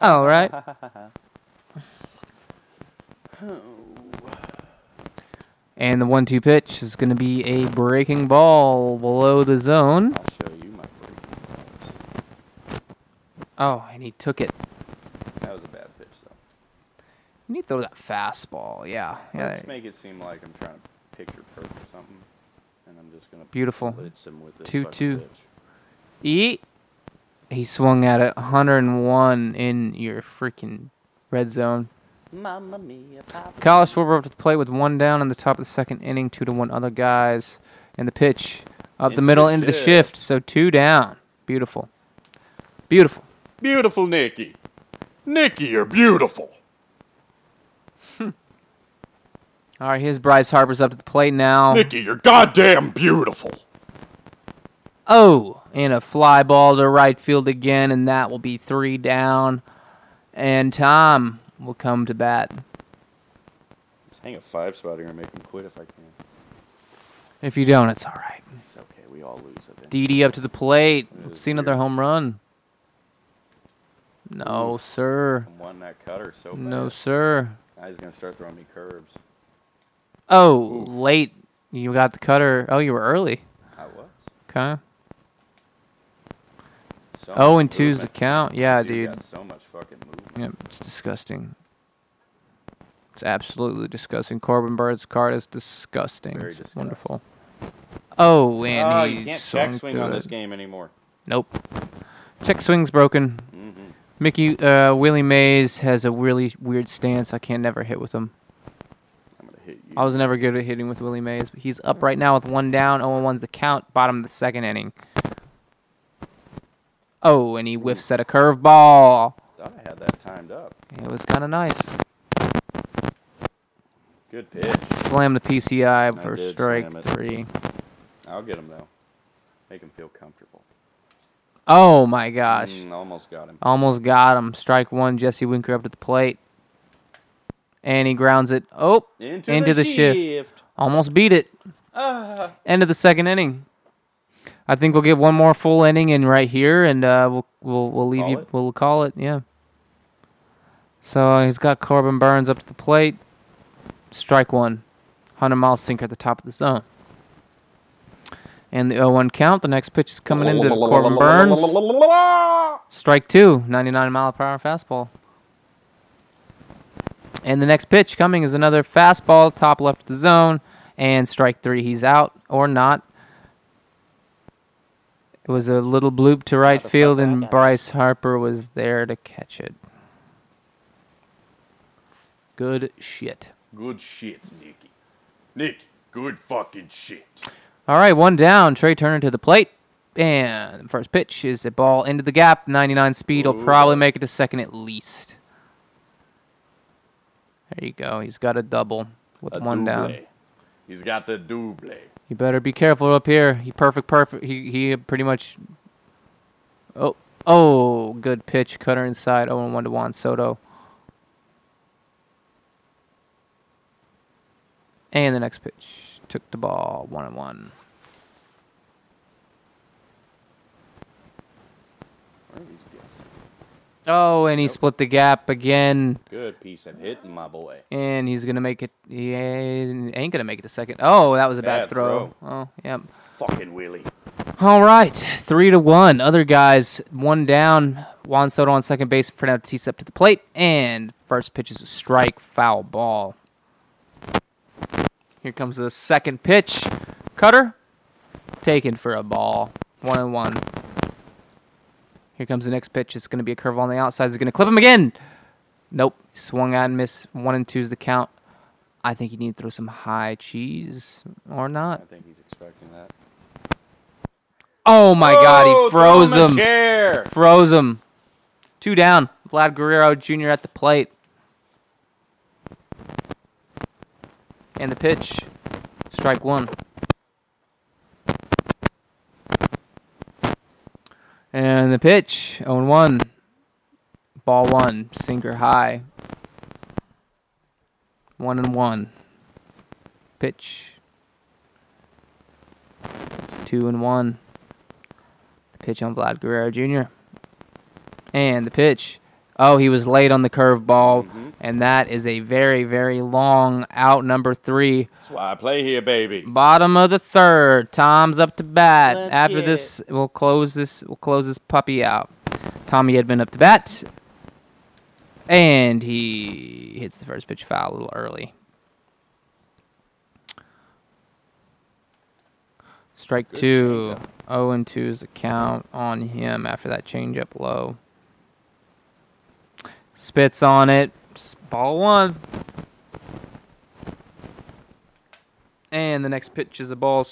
Speaker 1: All right. And the one-two pitch is going to be a breaking ball below the zone.
Speaker 2: I'll show you my break.
Speaker 1: Oh, and he took it.
Speaker 2: That was a bad pitch though.
Speaker 1: You need to throw that fastball. Yeah. yeah.
Speaker 2: Let's make it seem like I'm trying to picture perfect or something, and I'm just gonna
Speaker 1: Beautiful.
Speaker 2: blitz him with this
Speaker 1: Two,
Speaker 2: fucking
Speaker 1: two.
Speaker 2: pitch.
Speaker 1: Eat. He swung at it 101 in your freaking red zone.
Speaker 3: Mamma mia, papa.
Speaker 1: Kyle Schwarber up to the plate with one down in the top of the second inning, two to one other guys, and the pitch up
Speaker 2: Into
Speaker 1: the
Speaker 2: the
Speaker 1: middle into the
Speaker 2: shift.
Speaker 1: shift. So two down. Beautiful. Beautiful.
Speaker 2: Beautiful Nikki. Nikki, you're beautiful.
Speaker 1: All right, here's Bryce Harper's up to the plate now.
Speaker 2: Nikki, you're goddamn beautiful.
Speaker 1: Oh, and a fly ball to right field again, and that will be three down. And Tom will come to bat.
Speaker 2: Let's hang a five spot here and make him quit if I can.
Speaker 1: If you don't, it's all right.
Speaker 2: It's okay. We all lose eventually.
Speaker 1: DD up to the plate. Let's
Speaker 2: is
Speaker 1: see another
Speaker 2: weird.
Speaker 1: home run. No, sir.
Speaker 2: Won that cutter so bad.
Speaker 1: No, sir.
Speaker 2: Now he's gonna start throwing me curves.
Speaker 1: Oh, late. You got the cutter. Oh, you were early.
Speaker 2: I was. Oh,
Speaker 1: Okay.
Speaker 2: So
Speaker 1: Oh,
Speaker 2: much
Speaker 1: and two's the
Speaker 2: movement.
Speaker 1: count. Yeah, dude.
Speaker 2: got so much fucking movement.
Speaker 1: Yep, it's disgusting. It's absolutely disgusting. Corbin Bird's card is disgusting.
Speaker 2: Very
Speaker 1: It's
Speaker 2: disgusting.
Speaker 1: wonderful. Oh, and
Speaker 2: oh,
Speaker 1: he
Speaker 2: you can't check
Speaker 1: swung
Speaker 2: swing
Speaker 1: through
Speaker 2: on
Speaker 1: it.
Speaker 2: this game anymore.
Speaker 1: Nope. Check swing's broken.
Speaker 2: Mm-hmm.
Speaker 1: Mickey uh, Willie Mays has a really weird stance. I can not never hit with him.
Speaker 2: I'm gonna hit you.
Speaker 1: I was never good at hitting with Willie Mays, but he's up right now with one down. 0 1's the count, bottom of the second inning. Oh, and he whiffs at a curveball.
Speaker 2: Thought I had that timed up.
Speaker 1: It was kind of nice.
Speaker 2: Good pitch.
Speaker 1: Slam the PCI
Speaker 2: I
Speaker 1: for
Speaker 2: did
Speaker 1: strike
Speaker 2: slam it.
Speaker 1: three.
Speaker 2: I'll get him though. Make him feel comfortable.
Speaker 1: Oh my gosh.
Speaker 2: Mm, almost got him.
Speaker 1: Almost got him. Strike one, Jesse Winker up to the plate. And he grounds it. Oh,
Speaker 2: Into,
Speaker 1: into the shift. almost beat it.
Speaker 2: Ah.
Speaker 1: End of the second inning. I think we'll get one more full inning in right here, and uh, we'll we'll we'll leave
Speaker 2: Call
Speaker 1: you.
Speaker 2: it?
Speaker 1: We'll call it. Yeah. So uh, he's got Corbin Burns up to the plate. Strike one. Hundred mile sinker at the top of the zone. And the 0-1 count. The next pitch is coming into Corbin Burns. Strike two. 99 mile per hour fastball. And the next pitch coming is another fastball, top left of the zone, and strike three. He's out or not. It was a little bloop to right field, and Bryce Harper was there to catch it. Good shit.
Speaker 2: Good shit, Nicky. Nick, good fucking shit.
Speaker 1: All right, one down. Trey Turner to the plate. And first pitch is a ball into the gap. 99 speed will probably make it to second at least. There you go. He's got a double with
Speaker 2: A
Speaker 1: one down.
Speaker 2: double. He's got the double.
Speaker 1: You better be careful up here. He perfect, perfect. He he pretty much. Oh oh, good pitch, cutter inside. Oh, and one to Juan Soto. And the next pitch took the ball one and one. Oh, and he split the gap again,
Speaker 2: Good piece of hitting, my boy.
Speaker 1: and he's gonna make it. He ain't gonna make it a second. Oh, that was a bad,
Speaker 2: Bad
Speaker 1: throw. Oh, yep.
Speaker 2: Fucking Willie.
Speaker 1: All right, three to one. Other guys, one down. Juan Soto on second base. Fernando Tatis up to the plate, and first pitch is a strike, foul ball. Here comes the second pitch. Cutter taken for a ball. One and one. Here comes the next pitch. It's going to be a curve on the outside. He's going to clip him again. Nope. Swung out and missed. One and two is the count. I think you need to throw some high cheese or not.
Speaker 2: I think he's expecting that.
Speaker 1: Oh my God! He froze
Speaker 2: throw
Speaker 1: him.
Speaker 2: A chair.
Speaker 1: Froze him. Two down. Vlad Guerrero Jr. at the plate. And the pitch. Strike one. And the pitch. 0 1. Ball one. Sinker high. 1 and 1. Pitch. It's 2 and 1. Pitch on Vlad Guerrero Jr. And the pitch. Oh, he was late on the curve ball,
Speaker 2: Mm-hmm.
Speaker 1: and that is a very, very long out number three.
Speaker 2: That's why I play here, baby.
Speaker 1: Bottom of the third. Tom's up to bat.
Speaker 2: Let's
Speaker 1: After
Speaker 2: get
Speaker 1: this, we'll close this. We'll close this puppy out. Tommy Edmond up to bat, and he hits the first pitch foul a little early. Strike two. Oh and two is the count on him after that change up low. Spits on it. Ball one. And the next pitch is a ball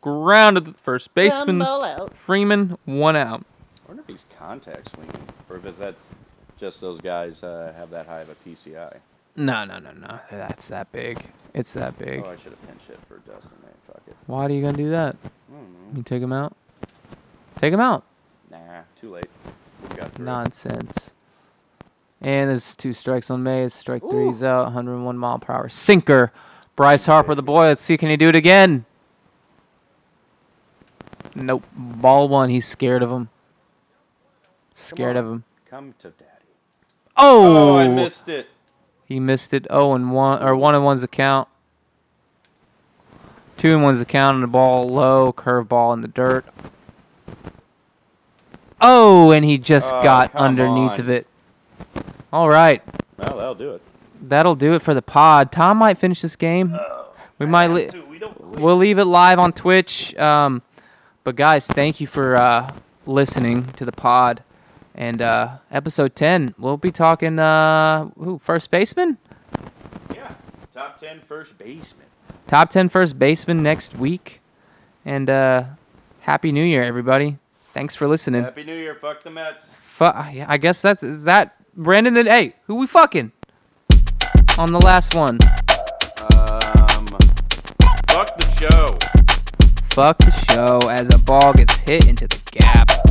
Speaker 1: grounded to the first baseman.
Speaker 3: Rumble out.
Speaker 1: Freeman, one out.
Speaker 2: I wonder if he's contact swinging, or if it's- that's just those guys uh, have that high of a PCI.
Speaker 1: No, no, no, no. That's that big. It's that big.
Speaker 2: Oh, I should have pinch hit for Dustin. Man, fuck it.
Speaker 1: Why are you going to do that? You take him out? Take him out.
Speaker 2: Nah, too late. We got through.
Speaker 1: Nonsense. And there's two strikes on Mays. Strike three's out. 101 mile per hour. Sinker. Bryce Harper, the boy. Let's see. Can he do it again? Nope. Ball one. He's scared of him. Scared of him.
Speaker 2: Come to daddy.
Speaker 1: Oh!
Speaker 2: Oh, I missed it.
Speaker 1: He missed it. Oh, and one or one and one's the count. Two and one's the count, and the ball low, curveball in the dirt. Oh, and he just
Speaker 2: Oh,
Speaker 1: got
Speaker 2: come
Speaker 1: underneath
Speaker 2: on.
Speaker 1: of it. All right,
Speaker 2: Well, that'll do it.
Speaker 1: that'll do it for the pod. Tom might finish this game.
Speaker 2: Oh,
Speaker 1: we might. Li- we'll leave it live on Twitch. Um, but guys, thank you for uh, listening to the pod. And uh, episode ten, we'll be talking uh, who first baseman.
Speaker 2: Yeah. Top 10 first baseman.
Speaker 1: top 10 first baseman next week and uh happy new year everybody thanks for listening
Speaker 2: Happy New Year. Fuck the Mets.
Speaker 1: Fu- uh, yeah, i guess that's is that brandon and hey who we fucking on the last one
Speaker 2: Um, fuck the show.
Speaker 1: fuck the show as a ball gets hit into the gap